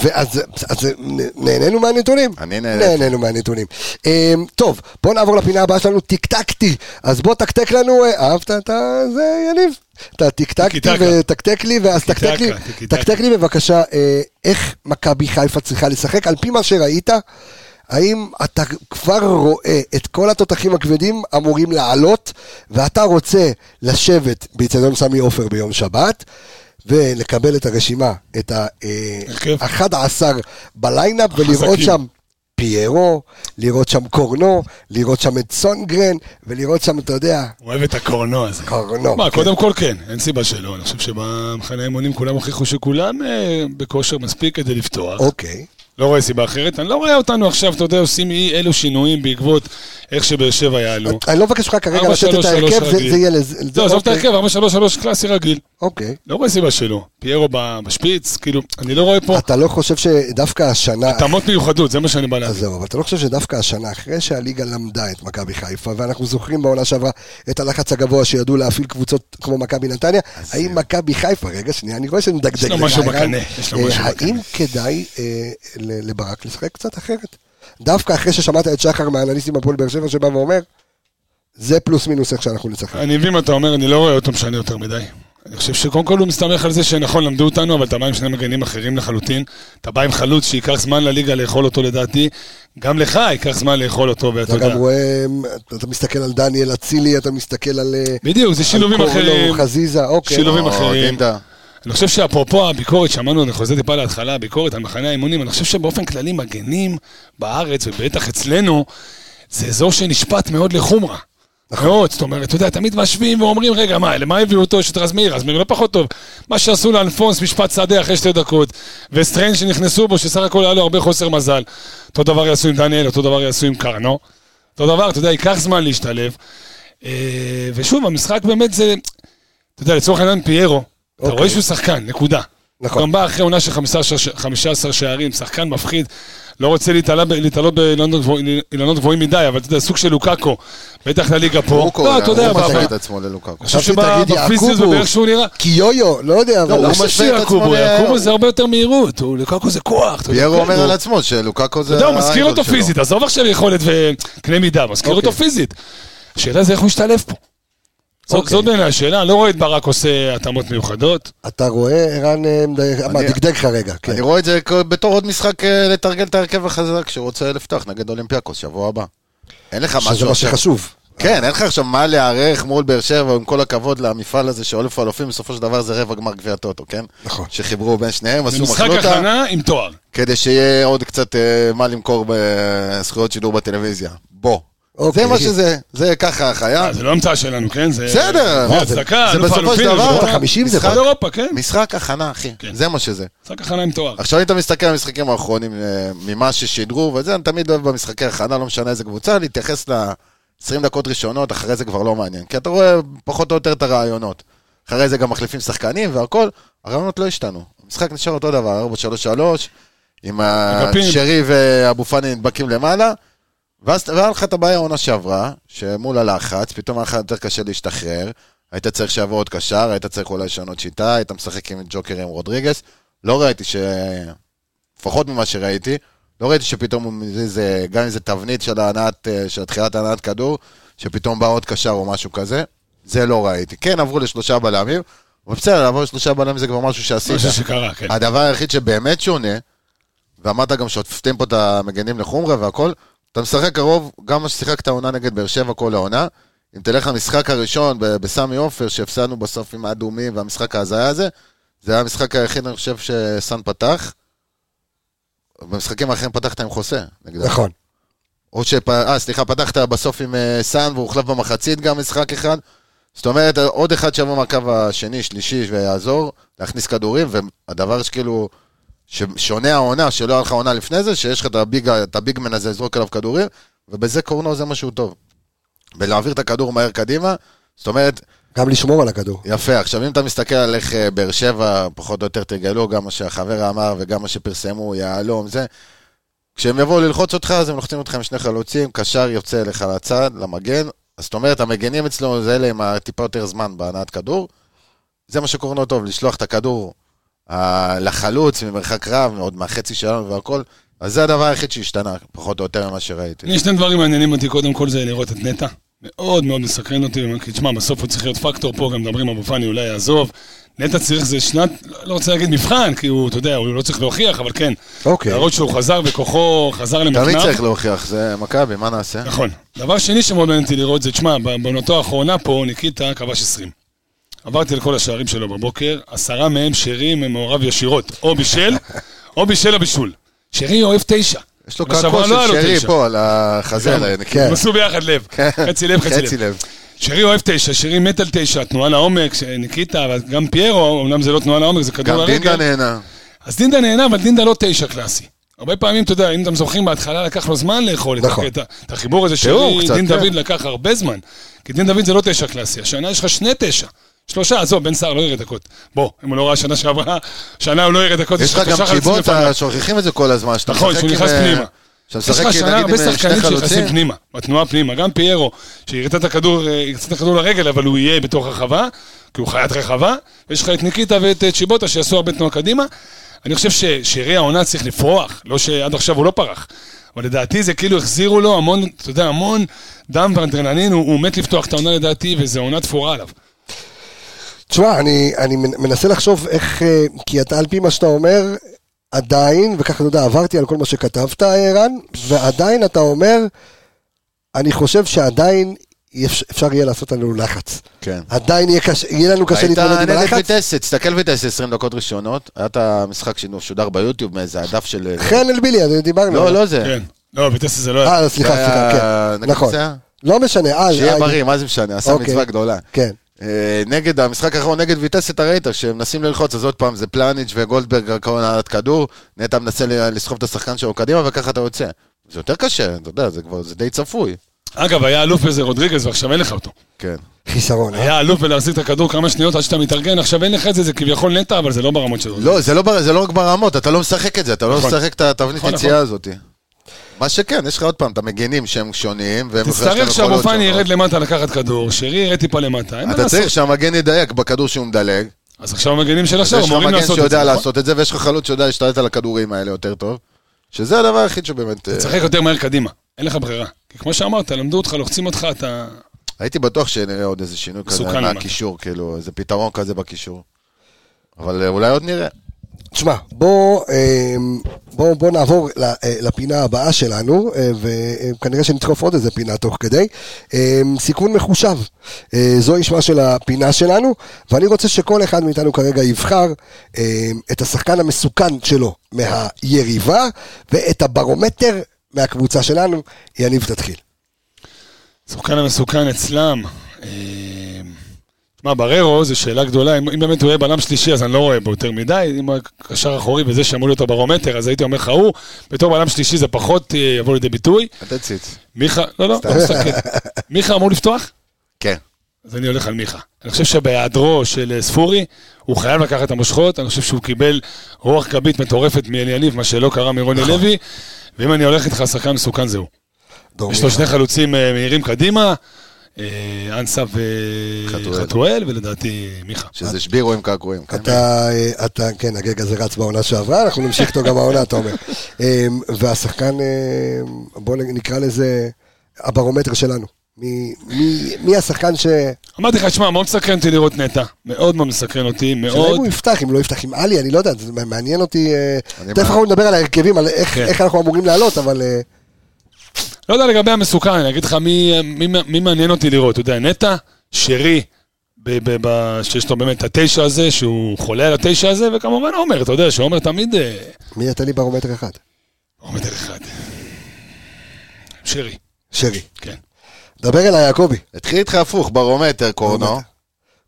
ואז אז נ- נהנינו מהנתונים? אני נהניתי. נהנינו מהנתונים. אה, טוב, בוא נעבור לפינה הבאה שלנו, טקטקתי. אז בוא תקתק לנו, אה, אהבת את זה, יניב? אתה טקטקתי טיקי-טקה. ותקתק לי, ואז תקתק לי, טיקי-טקה. תקתק לי בבקשה, אה, איך מכבי חיפה צריכה לשחק, על פי מה שראית, האם אתה כבר רואה את כל התותחים הכבדים אמורים לעלות, ואתה רוצה לשבת באיצטדיון סמי עופר ביום שבת, ולקבל את הרשימה, את הרכב. ה-11 בליינאפ, ולראות החזקים. שם פיירו, לראות שם קורנו, לראות שם את סונגרן, ולראות שם, אתה יודע, הוא אוהב את הקורנו הזה. קורנו. מה, כן. קודם כל כן, אין סיבה שלא. אני חושב שבמחנה האימונים כולם הוכיחו שכולם אה, בכושר מספיק כדי לפתוח. אוקיי. לא רואה סיבה אחרת. אני לא רואה אותנו עכשיו, אתה יודע, עושים אי אלו שינויים בעקבות איך שבאר שבע יעלו. אני לא מבקש ממך כרגע ארבע, לתת את שלוש, שלוש ההרכב, זה רגיל. זה יהיה לזה. זה- לא, עזוב את אוקיי. ההרכב, 433 קלאסי רגיל. אוקיי. לא רואה סיבה שלא. פיירו ב- בשפיץ, כאילו, אני לא רואה פה אתה לא חושב שדווקא השנה... התאמות מיוחדות, זה מה שאני בא אז להגיד. זהו, אבל אתה לא חושב שדווקא השנה, אחרי שהליגה למדה את מכבי חיפה, ואנחנו זוכרים בעונה שעברה את הלחץ הגבוה שידעו להפעיל קבוצות כמו מכבי נתניה, האם מכבי חיפה, רגע, שנייה, אני רואה שנדגדג. יש לו לך, משהו ערן. בקנה, יש לו אה, משהו בקנה. האם כדאי אה, ל- לברק לשחק קצת אחרת? דווקא אחרי ששמעת את שחר מהאנליסטים הפועל באר שבע שבא ואומר, זה פלוס מינוס איך שאנחנו נשחק. אה, אני מבין מה אתה אומר, אני לא רואה אותו משנה יותר מדי. אני חושב שקודם כל הוא מסתמך על זה שנכון, למדו אותנו, אבל אתה בא עם שני מגנים אחרים לחלוטין. אתה בא עם חלוץ שייקח זמן לליגה לאכול אותו לדעתי. גם לך ייקח זמן לאכול אותו, ואתה אתה יודע. גם רואה, אתה מסתכל על דניאל אצילי, אתה מסתכל על... אה, בדיוק, זה שילובים על קורנו, אחרים. חזיזה, אוקיי. שילובים או, אחרים. דינדה. אני חושב שאפרופו הביקורת, שאמרנו, אני חוזר טיפה להתחלה, הביקורת על מחנה האימונים, אני חושב שבאופן כללי מגנים בארץ, ובטח אצלנו, זה אזור שנשפט מאוד לחומרה. נכון. מאוד, זאת אומרת, אתה יודע, תמיד משווים ואומרים, רגע, מה, למה הביאו אותו? יש את רזמיר, רזמיר לא פחות טוב. מה שעשו לאלפונס, משפט שדה אחרי שתי דקות, וסטריין שנכנסו בו, שסך הכל היה לו הרבה חוסר מזל. אותו דבר יעשו עם דניאל, אותו דבר יעשו עם קרנו. אותו דבר, אתה יודע, ייקח זמן להשתלב. אה, ושוב, המשחק באמת זה, אתה יודע, לצורך העניין פיירו, אתה אוקיי. רואה שהוא שחקן, נקודה. נכון. גם בא אחרי עונה של 15 ש- 15 שערים, שחקן מפחיד, לא רוצה להתעלה ב- להתעלות באילנות גבוה- אילנות גבוהים מדי, אבל אתה יודע, סוג של לוקאקו, בטח לליגה פה. לוקאקו, לא, אתה יודע, הוא אבל- משווה את אני עצמו ללוקאקו. חושב חשבתי, תגיד, שבפיזיות יעקובו. ובאיך שהוא נראה, כי יויו, לא יודע, אבל... הוא לא משווה חושב את עצמו שיעקובו, ל- יעקובו זה הרבה יותר מהירות, הוא לוקאקו זה כוח. אתה יודע, פיירו אומר הוא- על עצמו שלוקאקו זה... אתה יודע, הוא מזכיר האידול אותו שלו. אוקיי. פיזית, עזוב עכשיו יכולת וקנה מידה, מזכיר אותו פיזית. השאלה זה איך הוא משתלב פה. זאת- אוקיי. זאת בעיניי השאלה, אני לא רואה את ברק עושה התאמות מיוחדות. אתה רואה, ערן אה, מדי- מה, דגדג לך רגע. כן. אני רואה את זה כ- בתור עוד משחק אה, לתרגל את ההרכב החזק שרוצה לפתוח נגד אולימפיאקוס, שבוע הבא. אין לך שזה משהו מה עכשיו. שחשוב. כן, אין לך עכשיו מה להיערך מול באר שבע, עם כל הכבוד למפעל הזה שאולף אלופים, בסופו של דבר זה רבע גמר גביע טוטו, כן? נכון. שחיברו בין שניהם, זה עשו משחק מחלוטה, הכנה עם תואר. כדי שיהיה עוד קצת אה, מה למכור בזכויות שידור בטלוויזיה. בוא. אוקיי. זה מה שזה, זה ככה החיה. אה, זה לא המצאה שלנו, כן? זה- בסדר. זה אה, הצדקה, זה אלוף בסופו של האלופים, דבר- אלוף שנות אה, החמישים זה משחק- כבר. האלופים. אירופה, כן? משחק הכנה, אחי. כן. זה מה שזה. משחק הכנה עם תואר. עכשיו אם אתה מסתכל על המשחקים האחרונים, אה, ממה ששידרו וזה, אני תמיד אוהב במשחקי הכנה, לא משנה איזה קבוצה, להתייחס ל-20 דקות ראשונות, אחרי זה כבר לא מעניין. כי אתה רואה פחות או יותר את הרעיונות. אחרי זה גם מחליפים שחקנים והכל, הרעיונות לא השתנו. המשחק נשאר אותו דבר, 4-3-3, עם אגפים. השרי ואבו פאני נדבקים למעלה, ואז והיה לך את הבעיה העונה שעברה, שמול הלחץ, פתאום היה לך יותר קשה להשתחרר, היית צריך שיבוא עוד קשר, היית צריך אולי לשנות שיטה, היית משחק עם ג'וקר עם רודריגס, לא ראיתי ש... לפחות ממה שראיתי, לא ראיתי שפתאום הוא מזיז, אה, גם אם זה תבנית של ההנעת, אה, של תחילת הנעת כדור, שפתאום בא עוד קשר או משהו כזה, זה לא ראיתי. כן, עברו לשלושה בלמים, אבל בסדר, לעבור לשלושה בלמים זה כבר משהו שעשית. משהו שקרה, כן. הדבר היחיד שבאמת שונה, ואמרת גם שופטים פה את המגנים לחומרה והכל, אתה משחק קרוב, גם מה ששיחקת העונה נגד באר שבע כל העונה, אם תלך למשחק הראשון ב- בסמי עופר, שהפסדנו בסוף עם האדומים והמשחק ההזיה הזה, זה היה המשחק היחיד, אני חושב, שסאן פתח. במשחקים האחרים פתחת עם חוסה, נגדם. נכון. או שפ... אה, סליחה, פתחת בסוף עם אה, סאן והוחלף במחצית גם משחק אחד. זאת אומרת, עוד אחד שיבוא מהקו השני, שלישי, ויעזור להכניס כדורים, והדבר שכאילו, ששונה העונה, שלא היה לך עונה לפני זה, שיש לך את הביג- את הביגמן הזה לזרוק עליו כדורים, ובזה קורנו זה משהו טוב. ולהעביר את הכדור מהר קדימה, זאת אומרת, גם לשמור על הכדור. יפה, עכשיו אם אתה מסתכל על איך אה, באר שבע, פחות או יותר תגלו, גם מה שהחבר אמר וגם מה שפרסמו, יהלום, זה, כשהם יבואו ללחוץ אותך, אז הם לוחצים אותך עם שני חלוצים, קשר יוצא לך לצד, למגן, אז זאת אומרת, המגנים אצלנו זה אלה עם הטיפה יותר זמן בהנעת כדור, זה מה שקוראים לו טוב, לשלוח את הכדור אה, לחלוץ ממרחק רב, עוד מהחצי שלנו והכל, אז זה הדבר היחיד שהשתנה, פחות או יותר ממה שראיתי. אני, שני דברים מעניינים אותי, קודם כל זה לראות את נטע. מאוד מאוד מסקרן אותי, כי תשמע, בסוף הוא צריך להיות פקטור פה, גם מדברים אבו פאני, אולי יעזוב. נטע צריך זה שנת, לא רוצה להגיד מבחן, כי הוא, אתה יודע, הוא לא צריך להוכיח, אבל כן. אוקיי. להראות שהוא חזר וכוחו חזר למחנף. תמיד צריך להוכיח, זה מכבי, מה נעשה? נכון. דבר שני שמאוד מעניין אותי לראות זה, תשמע, בעונתו האחרונה פה, ניקיטה כבש 20. עברתי על כל השערים שלו בבוקר, עשרה מהם שירים הם מעורב ישירות, או בישל, או בישל או בישול. שרי אוהב תשע. יש לו בשבוע קעקוע לא היה של לו שרי תשע. פה על החזה, גם. אה, נקי. כן. הם עשו ביחד לב, כן. חצי לב, חצי לב. שרי אוהב תשע, שרי מת על תשע, תנועה לעומק, ש- ניקיטה, אבל גם פיירו, אמנם זה לא תנועה לעומק, זה כדור גם דינדה לרגל. נהנה. אז דינדה נהנה, אבל דינדה לא תשע קלאסי. הרבה פעמים, אתה יודע, אם אתם זוכרים, בהתחלה לקח לו זמן לאכול את נכון. הקטע. את החיבור הזה תיאור שלי, קצת, דין כן. דוד לקח הרבה זמן. כי דין דוד זה לא תשע קלאסי, השנה יש לך שני תשע. שלושה, עזוב, בן סער לא יראה דקות. בוא, אם הוא לא ראה שנה שעברה, שנה הוא לא יראה דקות. יש לך שלושה גם חלוצים קיבות, לפניו. שוכחים את זה כל הזמן. שאתה נכון, משחק שהוא עם, נכנס אה, פנימה. שאתה יש משחק לך השנה הרבה נגיד עם אה, שחקנים שני שנכנסים חלוצים. פנימה, בתנועה פנימה. גם פיירו, שהראית את הכדור, אה, הרצה את הכדור לרגל, אבל הוא יהיה בתוך רחבה, כי הוא חיית רחבה. ויש לך את ניקיטה ואת אה, צ'יבוטה, שיעשו הרבה תנועה קדימה. אני חושב ששירי העונה צריך לפרוח, לא שעד עכשיו הוא לא פרח. אבל לדעתי זה כאילו החזירו לו המון, אתה יודע, המון דם ואדרנלין, הוא, הוא מת לפתוח את העונה לדעתי, וזו עונה תפורה עליו. תשמע, אני, אני מנסה לחשוב איך, אה, כי אתה על פי מה שאתה אומר, עדיין, וככה אתה יודע, עברתי על כל מה שכתבת, אה, ערן, ועדיין אתה אומר, אני חושב שעדיין אפשר, אפשר יהיה לעשות לנו לחץ. כן. עדיין יהיה, קשה, יהיה לנו קשה הייתה להתמודד עם נגד הלחץ. ויטס, תסתכל ויטס 20 דקות ראשונות, היה את המשחק ששודר ביוטיוב מאיזה הדף של... חן אלביליה, דיברנו. לא, לא זה. כן. לא, ויטסי זה לא היה. אה, סליחה, זה סליחה, היה כן. נגד נכון. זה היה? לא משנה, אה, שיהיה אה, בריא, מה זה משנה, עשה אוקיי. מצווה גדולה. כן. אה, נגד המשחק האחרון, נגד ויטס, אתה ראית, שמנסים ללחוץ, אז עוד פעם, זה פלניץ' וגולדברג רק על העלת כדור, נטע מנסה ל- לסחוב את השחקן שלו קדימה, וככה אתה יוצא. זה יותר קשה, אתה יודע, זה כבר, זה די צפוי. אגב, היה אלוף בזה רודריגז, ועכשיו אין לך אותו. כן. חיסרון. אה? היה אלוף בלהחזיק את הכדור כמה שניות עד שאתה מתארגן, עכשיו אין לך את זה, זה כביכול נטע, אבל זה לא ברמות שלו. לא, זה לא, בר- זה לא רק ברמות, אתה לא משחק את זה, אתה לא נכון. משחק את התבנית נכון, יציאה הזאת. מה שכן, יש לך עוד פעם את המגנים שהם שונים, והם... יש להם תצטרך שאבו יכולות פאני שונות. ירד למטה לקחת כדור, שרי ירד טיפה למטה, אין מה אתה צריך לעשות. שהמגן ידייק בכדור שהוא מדלג. אז עכשיו המגנים של אז השאר יש לך אמורים מגן לעשות את שיודע זה. נכון? לעשות את זה, ויש לך חלוץ שיודע להשתלט על הכדורים האלה יותר טוב. שזה הדבר היחיד שבאמת... אה, תשחק נכון? יותר מהר קדימה, אין לך ברירה. כי כמו שאמרת, למדו אותך, לוחצים אותך, אתה... הייתי בטוח שנראה עוד איזה שינוי כזה מסוכן למטה. מהקישור, כאילו, איזה פתרון כזה בקישור. אבל אה, אולי עוד נראה. תשמע, בוא, אמ, בוא, בוא נעבור ל- אה, לפינה הבאה שלנו, אה, וכנראה שנדחוף עוד איזה פינה תוך כדי. אמ, סיכון מחושב, אה, זוהי שמה של הפינה שלנו, ואני רוצה שכל אחד מאיתנו כרגע יבחר אמ, את השחקן המסוכן שלו מהיריבה, ואת הברומטר מהקבוצה שלנו. יניב, תתחיל. שחקן המסוכן אצלם. אה, תשמע, בררו זו שאלה גדולה, אם, אם באמת הוא יהיה בלם שלישי אז אני לא רואה בו יותר מדי, אם הוא היה קשר אחורי וזה שאמור להיות הברומטר, אז הייתי אומר לך הוא, בתור בלם שלישי זה פחות אה, יבוא לידי ביטוי. אל תציץ. מיכה, לא, לא, לא מסתכל. מיכה אמור לפתוח? כן. אז אני הולך על מיכה. אני חושב שבהיעדרו של אה, ספורי, הוא חייב לקחת את המושכות, אני חושב שהוא קיבל רוח גבית מטורפת מאליניב, מה שלא קרה מרוני לוי, ואם אני הולך איתך, שחקן מסוכן זהו. דור יש לו מיכה. שני חלוצים אה, מהירים קדימה, אה, אנסה חתואל. וחתואל, ולדעתי מיכה. שזה שבירו עם קעקועים. כן. אה? אתה, אה, אתה, כן, הגג הזה רץ בעונה שעברה, אנחנו נמשיך איתו גם העונה, אתה אומר. אמ, והשחקן, אמ, בוא נקרא לזה הברומטר שלנו. מי, מי, מי השחקן ש... אמרתי לך, שמע, מאוד מסקרן אותי לראות נטע, מאוד מאוד מסקרן אותי, שאלה אם מאוד. הוא יפתח, אם לא יפתח עם עלי, אני לא יודע, זה מעניין אותי. אה, אני תכף מה- אנחנו נדבר על ההרכבים, על איך, כן. איך אנחנו אמורים לעלות, אבל... אה, לא יודע לגבי המסוכן, אני אגיד לך מי, מי, מי מעניין אותי לראות, אתה יודע, נטע, שרי, ב, ב, ב, שיש לו באמת את התשע הזה, שהוא חולה על התשע הזה, וכמובן עומר, אתה יודע, שעומר תמיד אה, מי נתן לי ברומטר אחד? עומד על אחד. שרי, שרי. כן. דבר אליי, יעקבי. התחיל איתך הפוך, ברומטר, קורנו. ברומטר.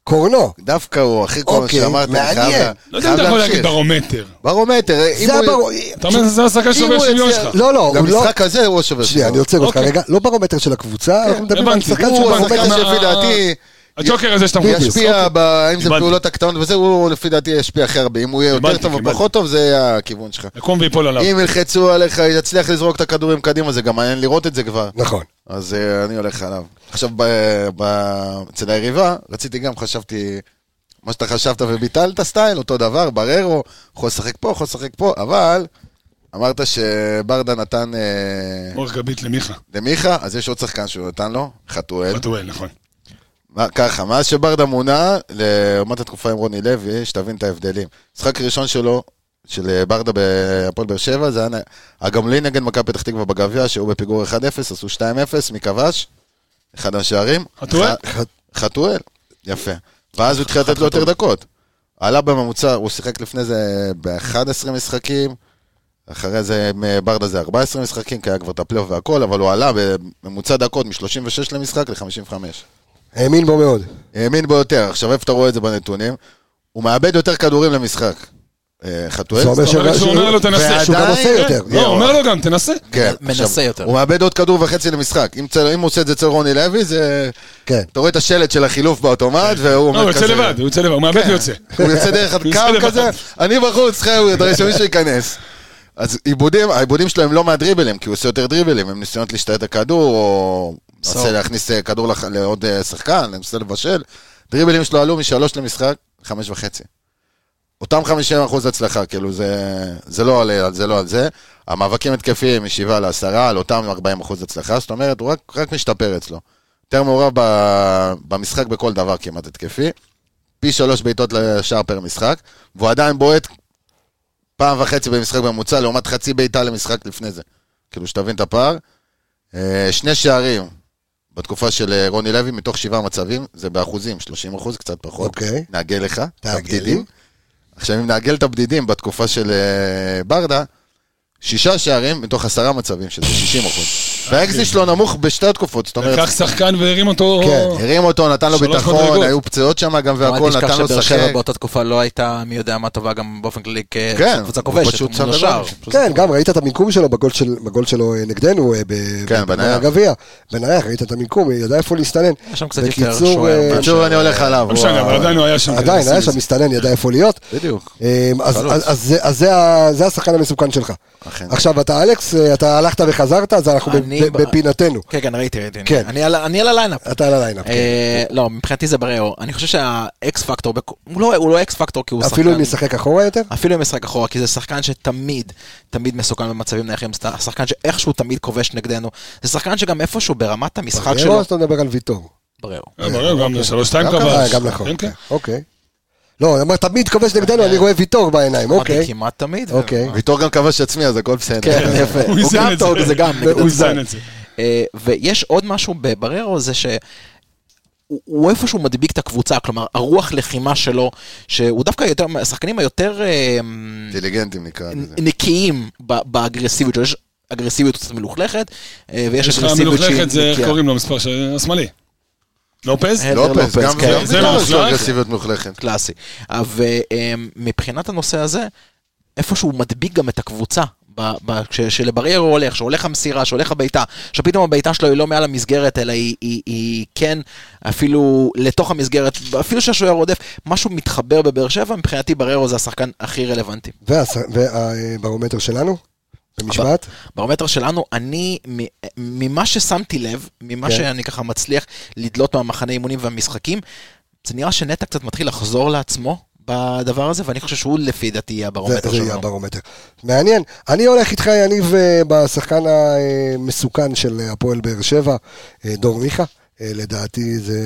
קורנו, דווקא הוא, הכי קורנו אוקיי, שאמרתי, מעניין. חייב לא יודע אם אתה יכול להגיד ברומטר. ברומטר, אה, אם זה הוא- הברומטר. אתה אומר, זה השחקן אם שעובר הוא שוויון יצא- שלך. לא, לא, הוא לא... במשחק הזה הוא שובר שנייה, אני עוצר אותך אוקיי. רגע. לא ברומטר של הקבוצה, אנחנו מדברים על הבנתי. שחקן הוא שהוא הוא ברומטר השחקן ברומטר. שלפי דעתי אה, הג'וקר הזה שאתה אוקיי. מחפש. ישפיע, ב- אם זה הבנתי. פעולות הקטנות וזה, הוא לפי דעתי ישפיע הכי הרבה. אם הוא יהיה יותר הבנתי, טוב או קיבלתי. פחות טוב, זה יהיה הכיוון שלך. יקום ויפול עליו. אם ילחצו עליך, יצליח לזרוק את הכדורים קדימה, זה גם מעניין לראות את זה כבר. נכון. אז אה, אני הולך עליו. עכשיו, ב- ב- אצל היריבה, רציתי גם, חשבתי, מה שאתה חשבת וביטלת סטייל, אותו דבר, בררו, יכול לשחק פה, יכול לשחק פה, אבל אמרת שברדה נתן אה, אורך גבית למיכה. למיכה, אז יש עוד שחקן שהוא נתן לו, חתואל. בטואל, נכון. לא, מה, ככה, מאז שברדה מונה, לעומת התקופה עם רוני לוי, שתבין את ההבדלים. משחק ראשון שלו, של אה, ברדה בהפועל באר שבע, זה היה נ- הגמלין נגד מכבי פתח תקווה בגביע, שהיו בפיגור 1-0, עשו 2-0, מי כבש? אחד השערים. חתואל? ח- חתואל, יפה. ואז הוא התחיל לתת לו יותר דקות. עלה בממוצע, הוא שיחק לפני זה ב-11 משחקים, אחרי זה מ- ברדה זה 14 משחקים, כי היה כבר את הפלייאוף והכל, אבל הוא עלה בממוצע דקות מ-36 למשחק ל-55. האמין בו מאוד. האמין בו יותר. עכשיו, איפה אתה רואה את זה בנתונים? הוא מאבד יותר כדורים למשחק. אה, חתואל? זה אומר זאת אומרת שהוא אומר לו, תנסה. שהוא גם עושה ועדיין- יותר. לא, הוא אומר לו גם, תנסה. כן. מנסה עכשיו, יותר. הוא מאבד עוד כדור וחצי למשחק. אם צל- אם הוא עושה את זה אצל רוני לוי, זה... כן. אתה רואה את השלט של החילוף באוטומט, והוא לא, עומד הוא יוצא כזה. כן. לבד, הוא יוצא לבד, הוא מאבד ויוצא. הוא יוצא דרך הוא יוצא הקו לבד. כזה, אני בחוץ, חבר'ה, אתה רואה שמישהו ייכנס. אז עיבודים, העיבודים שלו הם לא מהדריבלים, כי הוא עושה יותר דריבלים, הם ניסיונות להשתלט הכדור, או מנסה להכניס אה, כדור לח- לעוד אה, שחקן, מנסה לבשל. דריבלים שלו עלו משלוש למשחק, חמש וחצי. אותם 50 אחוז הצלחה, כאילו זה, זה לא על על זה, לא על זה. המאבקים התקפיים משבעה לעשרה, על אותם 40 אחוז הצלחה, זאת אומרת, הוא רק, רק משתפר אצלו. יותר מעורב ב, במשחק בכל דבר כמעט התקפי. פי שלוש בעיטות לשער פר משחק, והוא עדיין בועט פעם וחצי במשחק בממוצע, לעומת חצי בעיטה למשחק לפני זה. כאילו, שתבין את הפער. אה, שני שערים בתקופה של אה, רוני לוי, מתוך שבעה מצבים, זה באחוזים, 30 אחוז, קצת פחות. אוקיי. נעגל לך, את תעגל. הבדידים. עכשיו, אם נעגל את הבדידים בתקופה של אה, ברדה, שישה שערים מתוך עשרה מצבים, שזה 60 אחוז. והאקזיט שלו נמוך בשתי התקופות, זאת אומרת, לקח שחקן והרים אותו... כן. אוקיי, הרים אותו, נתן לו שלוש ביטחון, מדרגות. היו פציעות שם גם אל והכול, תשכח נתן לו לא, שבאר שבע לשחק. באותה תקופה לא הייתה מי יודע מה טובה גם באופן כללי כן, כקבוצה הוא כובשת, פשוט הוא שם לבד. נשאר. כן, גם ראית את המיקום שלו בגול, של, בגול שלו אה, נגדנו, אה, ב- כן, ב- בנייח. בגביע. בנייח, ראית את המיקום, הוא ידע איפה להסתנן. היה שם קצת יותר בקיצור, שוער. אה, בקיצור, אני הולך עליו. לא משנה, אבל וואו. עדיין הוא היה שם. כדי עדיין, לשים היה את זה. שם מסתנן, ידע איפה להיות. בדיוק. אמ, אז- חלוץ. אז- אז זה- אז זה ה- זה השחקן המסוכן שלך. אכן. עכשיו אתה אלכס, אה, אתה הלכת וחזרת, אז אנחנו ב- אני ב- ב- בפינתנו. כן, כן, ראיתי, ראיתי. כן. אני על- אני על הליינאפ. אתה על הליינאפ. כן. אה, לא, מבחינתי זה בריאו. אני חושב שהאקס פקטור, בכ- הוא לא- הוא לא אקס פקטור כי הוא שחקן... אפילו אם נשחק אחורה יותר? אפילו אם משחק אחורה, כי זה שחקן שתמיד, תמיד מסוכן במצבים נייחים, זה שחקן שאיכשהו תמיד כובש נגדנו, זה שחקן שגם איפשהו ברמת המשחק בריאו, שלו, אה, אז אתה מדבר על ויטור. בריאו. אה, ברור, גם לשלוש-שתיים גם אה, כבש. גם נכון. כן, כן. אוקיי. לא, הוא אמר, תמיד כובש נגדנו, אה, אני רואה ויטור בעיניים, אמרתי, אוקיי. כמעט תמיד. אוקיי. ומה? ויטור גם כבש עצמי, אז הכל בסדר. כן, יפה. הוא הוא איזן גם את זה. טוב, זה גם נגד הוא הצד. איזן את זה. אה, ויש עוד משהו בבררו זה ש... הוא- הוא איפשהו מדביק את הקבוצה, כלומר, הרוח לחימה שלו, שהוא דווקא יותר, השחקנים היותר אה, אינטליגנטים נקרא לזה. נקיים ב- באגרסיביות שלו, יש אגרסיביות קצת מלוכלכת, אה, ויש יש לך אגרסיביות שהיא מלוכלכת, זה איך נקייה. קוראים לו מספר של... השמאלי. לופז? אה, לופס, לופז, גם כן. גם זה ויטור לא יש לו מוחלט. אגרסיביות מוחלכת. קלאסי. ומבחינת הנושא הזה, איפשהו מדביק גם את הקבוצה. ב- ב- כש- שלבריירו הולך, שהולך המסירה, שהולך הבעיטה, שפתאום הבעיטה שלו היא לא מעל המסגרת, אלא היא, היא, היא כן אפילו לתוך המסגרת, אפילו שהשוער רודף, משהו מתחבר בבאר שבע, מבחינתי בריירו זה השחקן הכי רלוונטי. והברומטר שלנו? במשפט? ברומטר שלנו, אני, מ- ממה ששמתי לב, ממה כן. כן. שאני ככה מצליח לדלות מהמחנה אימונים והמשחקים, זה נראה שנטע קצת מתחיל לחזור לעצמו בדבר הזה, ואני חושב שהוא לפי דעתי יהיה זה הברומטר זה יהיה שלנו. הברומטר. מעניין. אני הולך איתך, יניב, אה, בשחקן המסוכן של הפועל באר שבע, אה, דור מיכה. אה, לדעתי זה...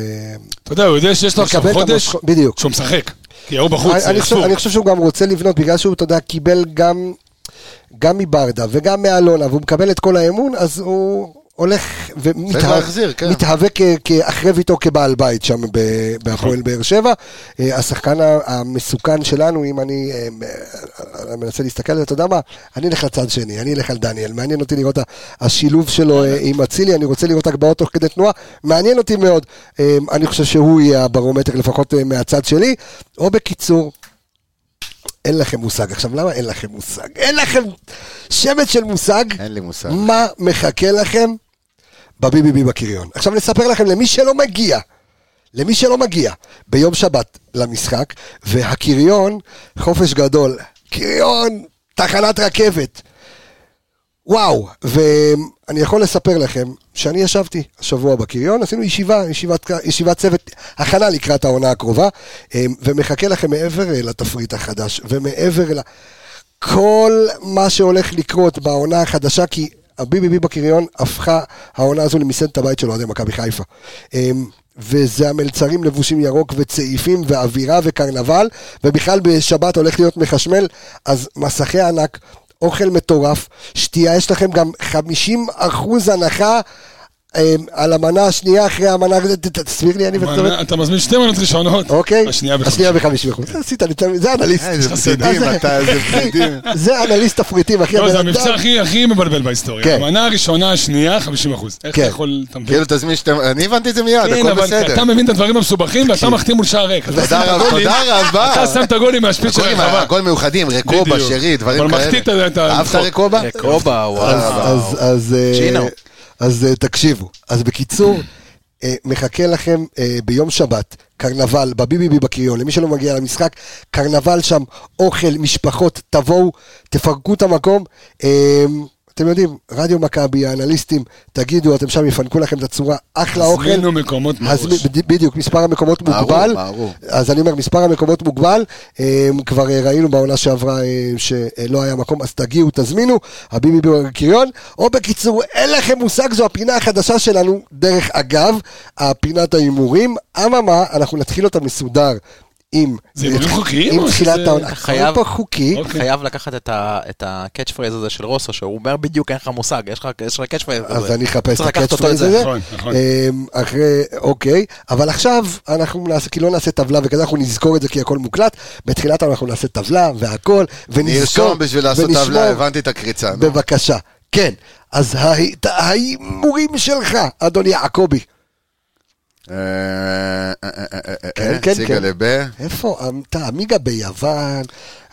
אתה יודע, הוא יודע שיש לו עכשיו מקבל את חודש המשכו- בדיוק. שהוא משחק. כי ההוא בחוץ, אני- זה אה, אני חושב- אסור. אני חושב שהוא גם רוצה לבנות, בגלל שהוא, אתה יודע, קיבל גם, גם מברדה וגם מאלונה, והוא מקבל את כל האמון, אז הוא הולך להחזיר, כן. ומתהווה כ- כאחרי ויטו כבעל בית שם ב- בהפועל באר שבע. אה, השחקן ה- המסוכן שלנו, אם אני אה, אה, מנסה להסתכל על זה, אתה יודע מה? אני אלך לצד שני, אני אלך על דניאל. מעניין אותי לראות ה- השילוב שלו אה, עם אצילי, אני רוצה לראות הגבהות תוך כדי תנועה. מעניין אותי מאוד. אה, אני חושב שהוא יהיה הברומטר, לפחות אה, מהצד שלי. או בקיצור, אין לכם מושג. עכשיו, למה אין לכם מושג? אין לכם שמץ של מושג אין לי מושג. מה מחכה לכם בביביבי בקריון. עכשיו נספר לכם, למי שלא מגיע, למי שלא מגיע ביום שבת למשחק, והקריון, חופש גדול, קריון, תחנת רכבת. וואו, ואני יכול לספר לכם שאני ישבתי השבוע בקריון, עשינו ישיבה, ישיבת, ישיבת צוות הכנה לקראת העונה הקרובה, אה, ומחכה לכם מעבר אה, לתפריט החדש, ומעבר ל... כל מה שהולך לקרות בעונה החדשה, כי הביביבי בקריון הפכה העונה הזו למסעדת הבית של אוהדי מכבי חיפה. אמ, וזה המלצרים לבושים ירוק וצעיפים ואווירה וקרנבל, ובכלל בשבת הולך להיות מחשמל, אז מסכי ענק, אוכל מטורף, שתייה, יש לכם גם 50% הנחה אמ, על המנה השנייה אחרי המנה, ת- ת- תסביר לי, אני ותסביר. מה, אתה מזמין שתי מנות ראשונות. אוקיי? השנייה בחוץ. השנייה ב-50%. עשית לי, תמיד, זה אנליסט. איזה בסדר. בדידים אתה, איזה כן. בדידים. זה אנליסט תפריטים, אחי. לא, זה הבן אדם- המבצע הכי הכי מבלבל כן. בהיסטוריה. המנה הראשונה, השנייה, 50 אחוז. איך כן. אתה יכול... אתה מבין? כאילו תזמין שאתם, אני הבנתי את זה מיד, כן, הכל אבל בסדר. אתה מבין את הדברים המסובכים ואתה מחתים מול שער ריק. אתה שם את תודה רבה, הגולים- תודה רבה. אתה שם את הגולים מהשפיץ של הגולים, הרחבה. הכל מיוחדים, רקובה, בדיוק. שרי, דברים אבל כאלה. מחטיא את ה- את ה- אהבת רקובה? קרובה, אה, וואו. אז, אז, אז, אה, צ'ינו. אז אה, תקשיבו. אז בקיצור, אה, מחכה לכם אה, ביום שבת, קרנבל, בביביבי בקריון, למי שלא מגיע למשחק, קרנבל שם, אוכל, משפחות, תבואו, תפרקו את המקום. אה, אתם יודעים, רדיו מכבי, האנליסטים, תגידו, אתם שם יפנקו לכם את הצורה, אחלה אוכל. הזמינו מקומות מראש. הזמין- בד- בדיוק, מספר המקומות ברור, מוגבל. ברור. אז אני אומר, מספר המקומות מוגבל, אה, כבר אה, ראינו בעונה שעברה אה, שלא היה מקום, אז תגיעו, תזמינו, הביבי בקריון, או בקיצור, אין לכם מושג, זו הפינה החדשה שלנו, דרך אגב, הפינת ההימורים, אממה, אנחנו נתחיל אותה מסודר. עם... אה, זה הימורים חוקיים עם או תחילת שזה- העונה. אתה חייב- הכל פה חוקי. אוקיי. חייב לקחת את ה- את הקאץ' פרייז הזה של רוסו, שהוא אומר בדיוק אין לך מושג, יש לך- יש לך קאץ' פרייז הזה. אז אני אחפש את צריך לקחת הקאץ' אותו פרייז את זה. הזה. נכון, נכון. אמ, אחרי, אוקיי, אבל עכשיו אנחנו נעשה, כי לא נעשה טבלה וכזה, אנחנו נזכור את זה כי הכל מוקלט, בתחילת אנחנו נעשה טבלה והכל, ונזכור, נרשום בשביל לעשות ונשמור. טבלה, הבנתי את הקריצה. נו. בבקשה, כן, אז ההי- ההימורים שלך, אדון יעקבי, אה, אה, אה, אה, אה, כן, אה, כן, ציגה כן. לבה. איפה, תעמיגה ביוון,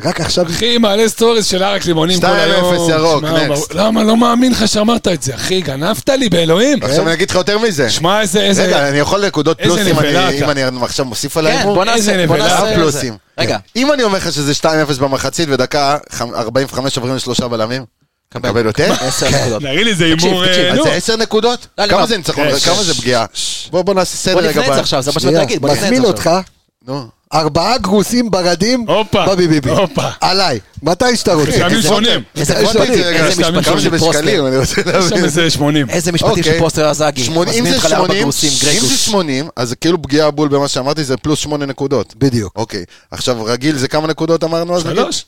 רק עכשיו, אחי, מעלה סטוריז של ערק לימונים כל 2-0 היום. ירוק, שמע, next. למה, לא מאמין לך שאמרת את זה, אחי, גנבת לי באלוהים. עכשיו אני אגיד לך יותר מזה. שמע, איזה, אה, רגע, אה, איזה... אני יכול נקודות אה, איזה פלוס אם נבלה אני- אתה. אם אני עכשיו מוסיף על כן, ההימור? בוא איזה נעשה, בוא נבלה. נעשה אה, את פלוסים. זה. רגע, כן. אם אני אומר לך שזה 2-0 במחצית ודקה ח- 45 עוברים לשלושה בלמים, אתה מקבל יותר? עשר כן. נקודות. נראה לי זה הימור... תקשיב, אה, תקשיב. אז נו. זה 10 נקודות? לא, לא. כמה זה ניצחון? כן, כמה ש- זה פגיעה? בוא בוא נעשה סדר בוא רגע. נפנה את זה ב- עכשיו, זה מה שבאתי שנייה, להגיד, בוא נפנה את מזמין זה עכשיו. אותך, נו. ארבעה גרוסים ברדים, הופה, בבי ביבי, הופה. עליי, מתי שאתה רוצה, טעמים שונים. איזה יש קוטג', לי- איזה יש לי- כמה משפטים של זה בשקלים? פרוסטר. אני רוצה יש שם להבין. איזה 80. איזה משפטים של אוקיי. פרוסטר עזגי. 80 מזמין זה אותך לארבע 80, גרוסים, אם זה גרגוש. 80, אז זה כאילו פגיעה בול במה שאמרתי, זה פלוס 8 נקודות. בדיוק, אוקיי, עכשיו רגיל זה כמה נקודות אמרנו אז? נגיד? שלוש.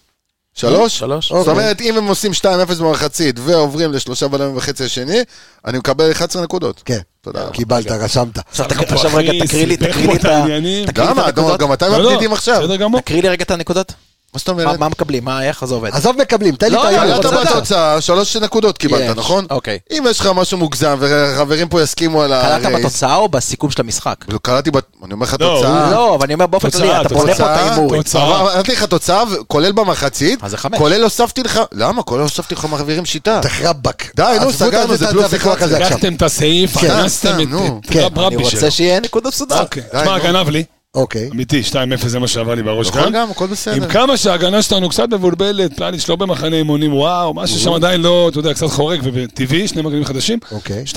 שלוש? שלוש. אוקיי. זאת אומרת, אם הם עושים 2-0 במחצית ועוברים לשלושה בלמים וחצי השני, אני מקבל 11 נקודות. כן, תודה רבה. קיבלת, רשמת, עכשיו תק- עכשיו רגע, אחי, תקריא לי, סיבך תקריא לי פה את את ה- העניינים. תקריא לי את למה? הנקודות. גם אתה עם לא, לא, הפליטים עכשיו. בסדר גמור. תקריא לי רגע את הנקודות. מה זאת מה אומרת? מה מקבלים? מה, איך זה עובד? עזוב מקבלים, תן לי לא, את לא, ההימור, לא, קלטת רוצה לדעת. בתוצאה, שלוש נקודות קיבלת, יש, נכון? אוקיי. אם יש לך משהו מוגזם וחברים פה יסכימו על ה... אה, קלעת בתוצאה או בסיכום של המשחק? קלטתי בת... אני אומר לך לא, תוצאה. לא, אבל אני אומר באופן תוצאה, כללי, אתה בונה פה את תוצאה, ההימורים. תוצאה. אבל נתתי לך תוצאה, ו- כולל במחצית, אז זה חמש. כולל הוספתי לך, למה? כולל הוספתי לך מעבירים שיטה. רבאק, די, נו, סגרנו, זה פלוס הוויכוח אחד. הזה עכשיו, לקחתם את הסעיף, כן, הרסתם סתם, את- נו. את כן, רב אני רבי שלו. רוצה שיהיה נקודה מסודרת. אוקיי. די, תשמע, נו. גנב לי. אוקיי, אמיתי, 2-0 זה מה שעבר לי בראש כן? נכון גם. גם, הכל בסדר. עם כמה שההגנה שלנו קצת מבולבלת, פלניץ' לא במחנה אימונים, וואו, משהו שם עדיין לא, אתה יודע, קצת חורג וטבעי, שני מגנים חדשים. אוקיי. 2-0,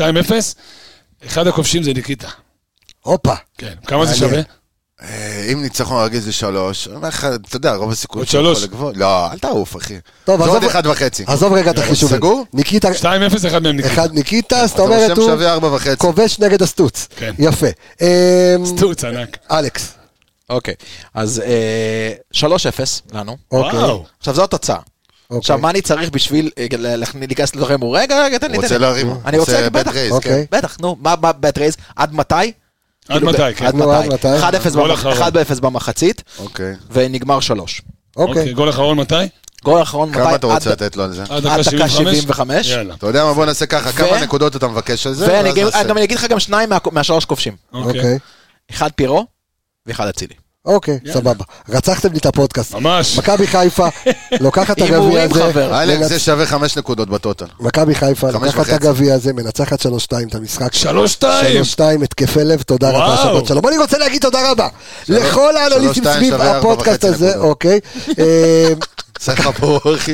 אחד הכובשים זה ניקיטה. הופה, כן, כמה זה מעניין. שווה? אה, אם ניצחון רגיל זה שלוש, אני אומר לך, אתה יודע, רוב הסיכוי עוד שאתה יכול שלוש. לגבות. לא, אל תעוף, אחי. טוב, זה עזוב- עוד אחד וחצי. עזוב רגע את החישובים, סגור? ניקיטה, 2-0, אחד מהם ניקיטה. אחד ניקיטה, זאת אתה אומרת רושם הוא שווה ארבע וחצי. כובש נגד הסטוץ, כן. יפה, אמ, סטוץ ענק. אלכס, אוקיי. אז אה, 3-0 לנו. אוקיי, וואו. עכשיו זו התוצאה. עכשיו, אוקיי, מה אני צריך בשביל אה, ל- להכניס- להיכנס לתוך ההימור? רגע, רגע, תן לי, הוא תן רוצה לי. להרים, הוא אני רוצה, רוצה בטח, בית רייז, אוקיי. כן. בטח, נו, מה מה בית רייז? עד מתי? עד כאילו, מתי, ב- כן. עד נו, עד מתי? מתי? 1-0 גול במח- אחרון. 1-0 במחצית, אוקיי. ונגמר 3. אוקיי, אוקיי, גול אחרון מתי? גול אחרון מתי? כמה אתה רוצה עד- לתת לו על זה? עד עד דקה דקה 75? 75. יאללה. אתה יודע מה, בוא נעשה ככה, ו- כמה נקודות אתה מבקש על לא, זה? ואני ואז גם- נעשה. גם אני אגיד לך גם שניים מה- מהשלוש כובשים. אוקיי. אוקיי, אחד פירו, ואחד אצילי. אוקיי, סבבה, רצחתם לי את הפודקאסט, ממש. מכבי חיפה לוקחת את הגביע הימורים, הזה, חבר. אלכס, מנצ- זה שווה חמש נקודות בטוטל. מכבי חיפה חמש לוקחת את וחצי. הגביע הזה, מנצחת 3-2 את המשחק. 3-2. 3-2 התקפי לב, תודה וואו. רבה, שבת שלום. אני רוצה להגיד תודה רבה שלוש- לכל האנליסטים שלוש-שתיים סביב שווה ארבע הפודקאסט וחצי הזה, נקודות. אוקיי? אה, צריך לך פה, אחי.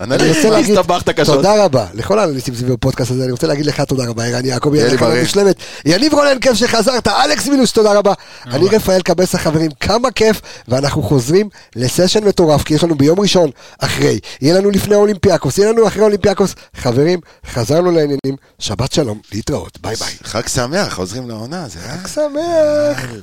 אני אנליסט. רוצה להגיד הסתבכת קשות. תודה רבה לכל האנליסטים סביב הפודקאסט הזה, אני רוצה להגיד לך תודה רבה, ערן יעקבי, יהיה על לי הכלה בריא. מושלמת. יניב רולן, כיף שחזרת, אלכס מינוס, תודה רבה. אני רפאל קבסה, חברים, כמה כיף, ואנחנו חוזרים לסשן מטורף, כי יש לנו ביום ראשון אחרי, יהיה לנו לפני אולימפיאקוס, יהיה לנו אחרי אולימפיאקוס. חברים, חזרנו לעניינים, שבת שלום, להתראות, ביי ביי. אה? חג שמח, חוזרים לעונה, זה היה... שמח.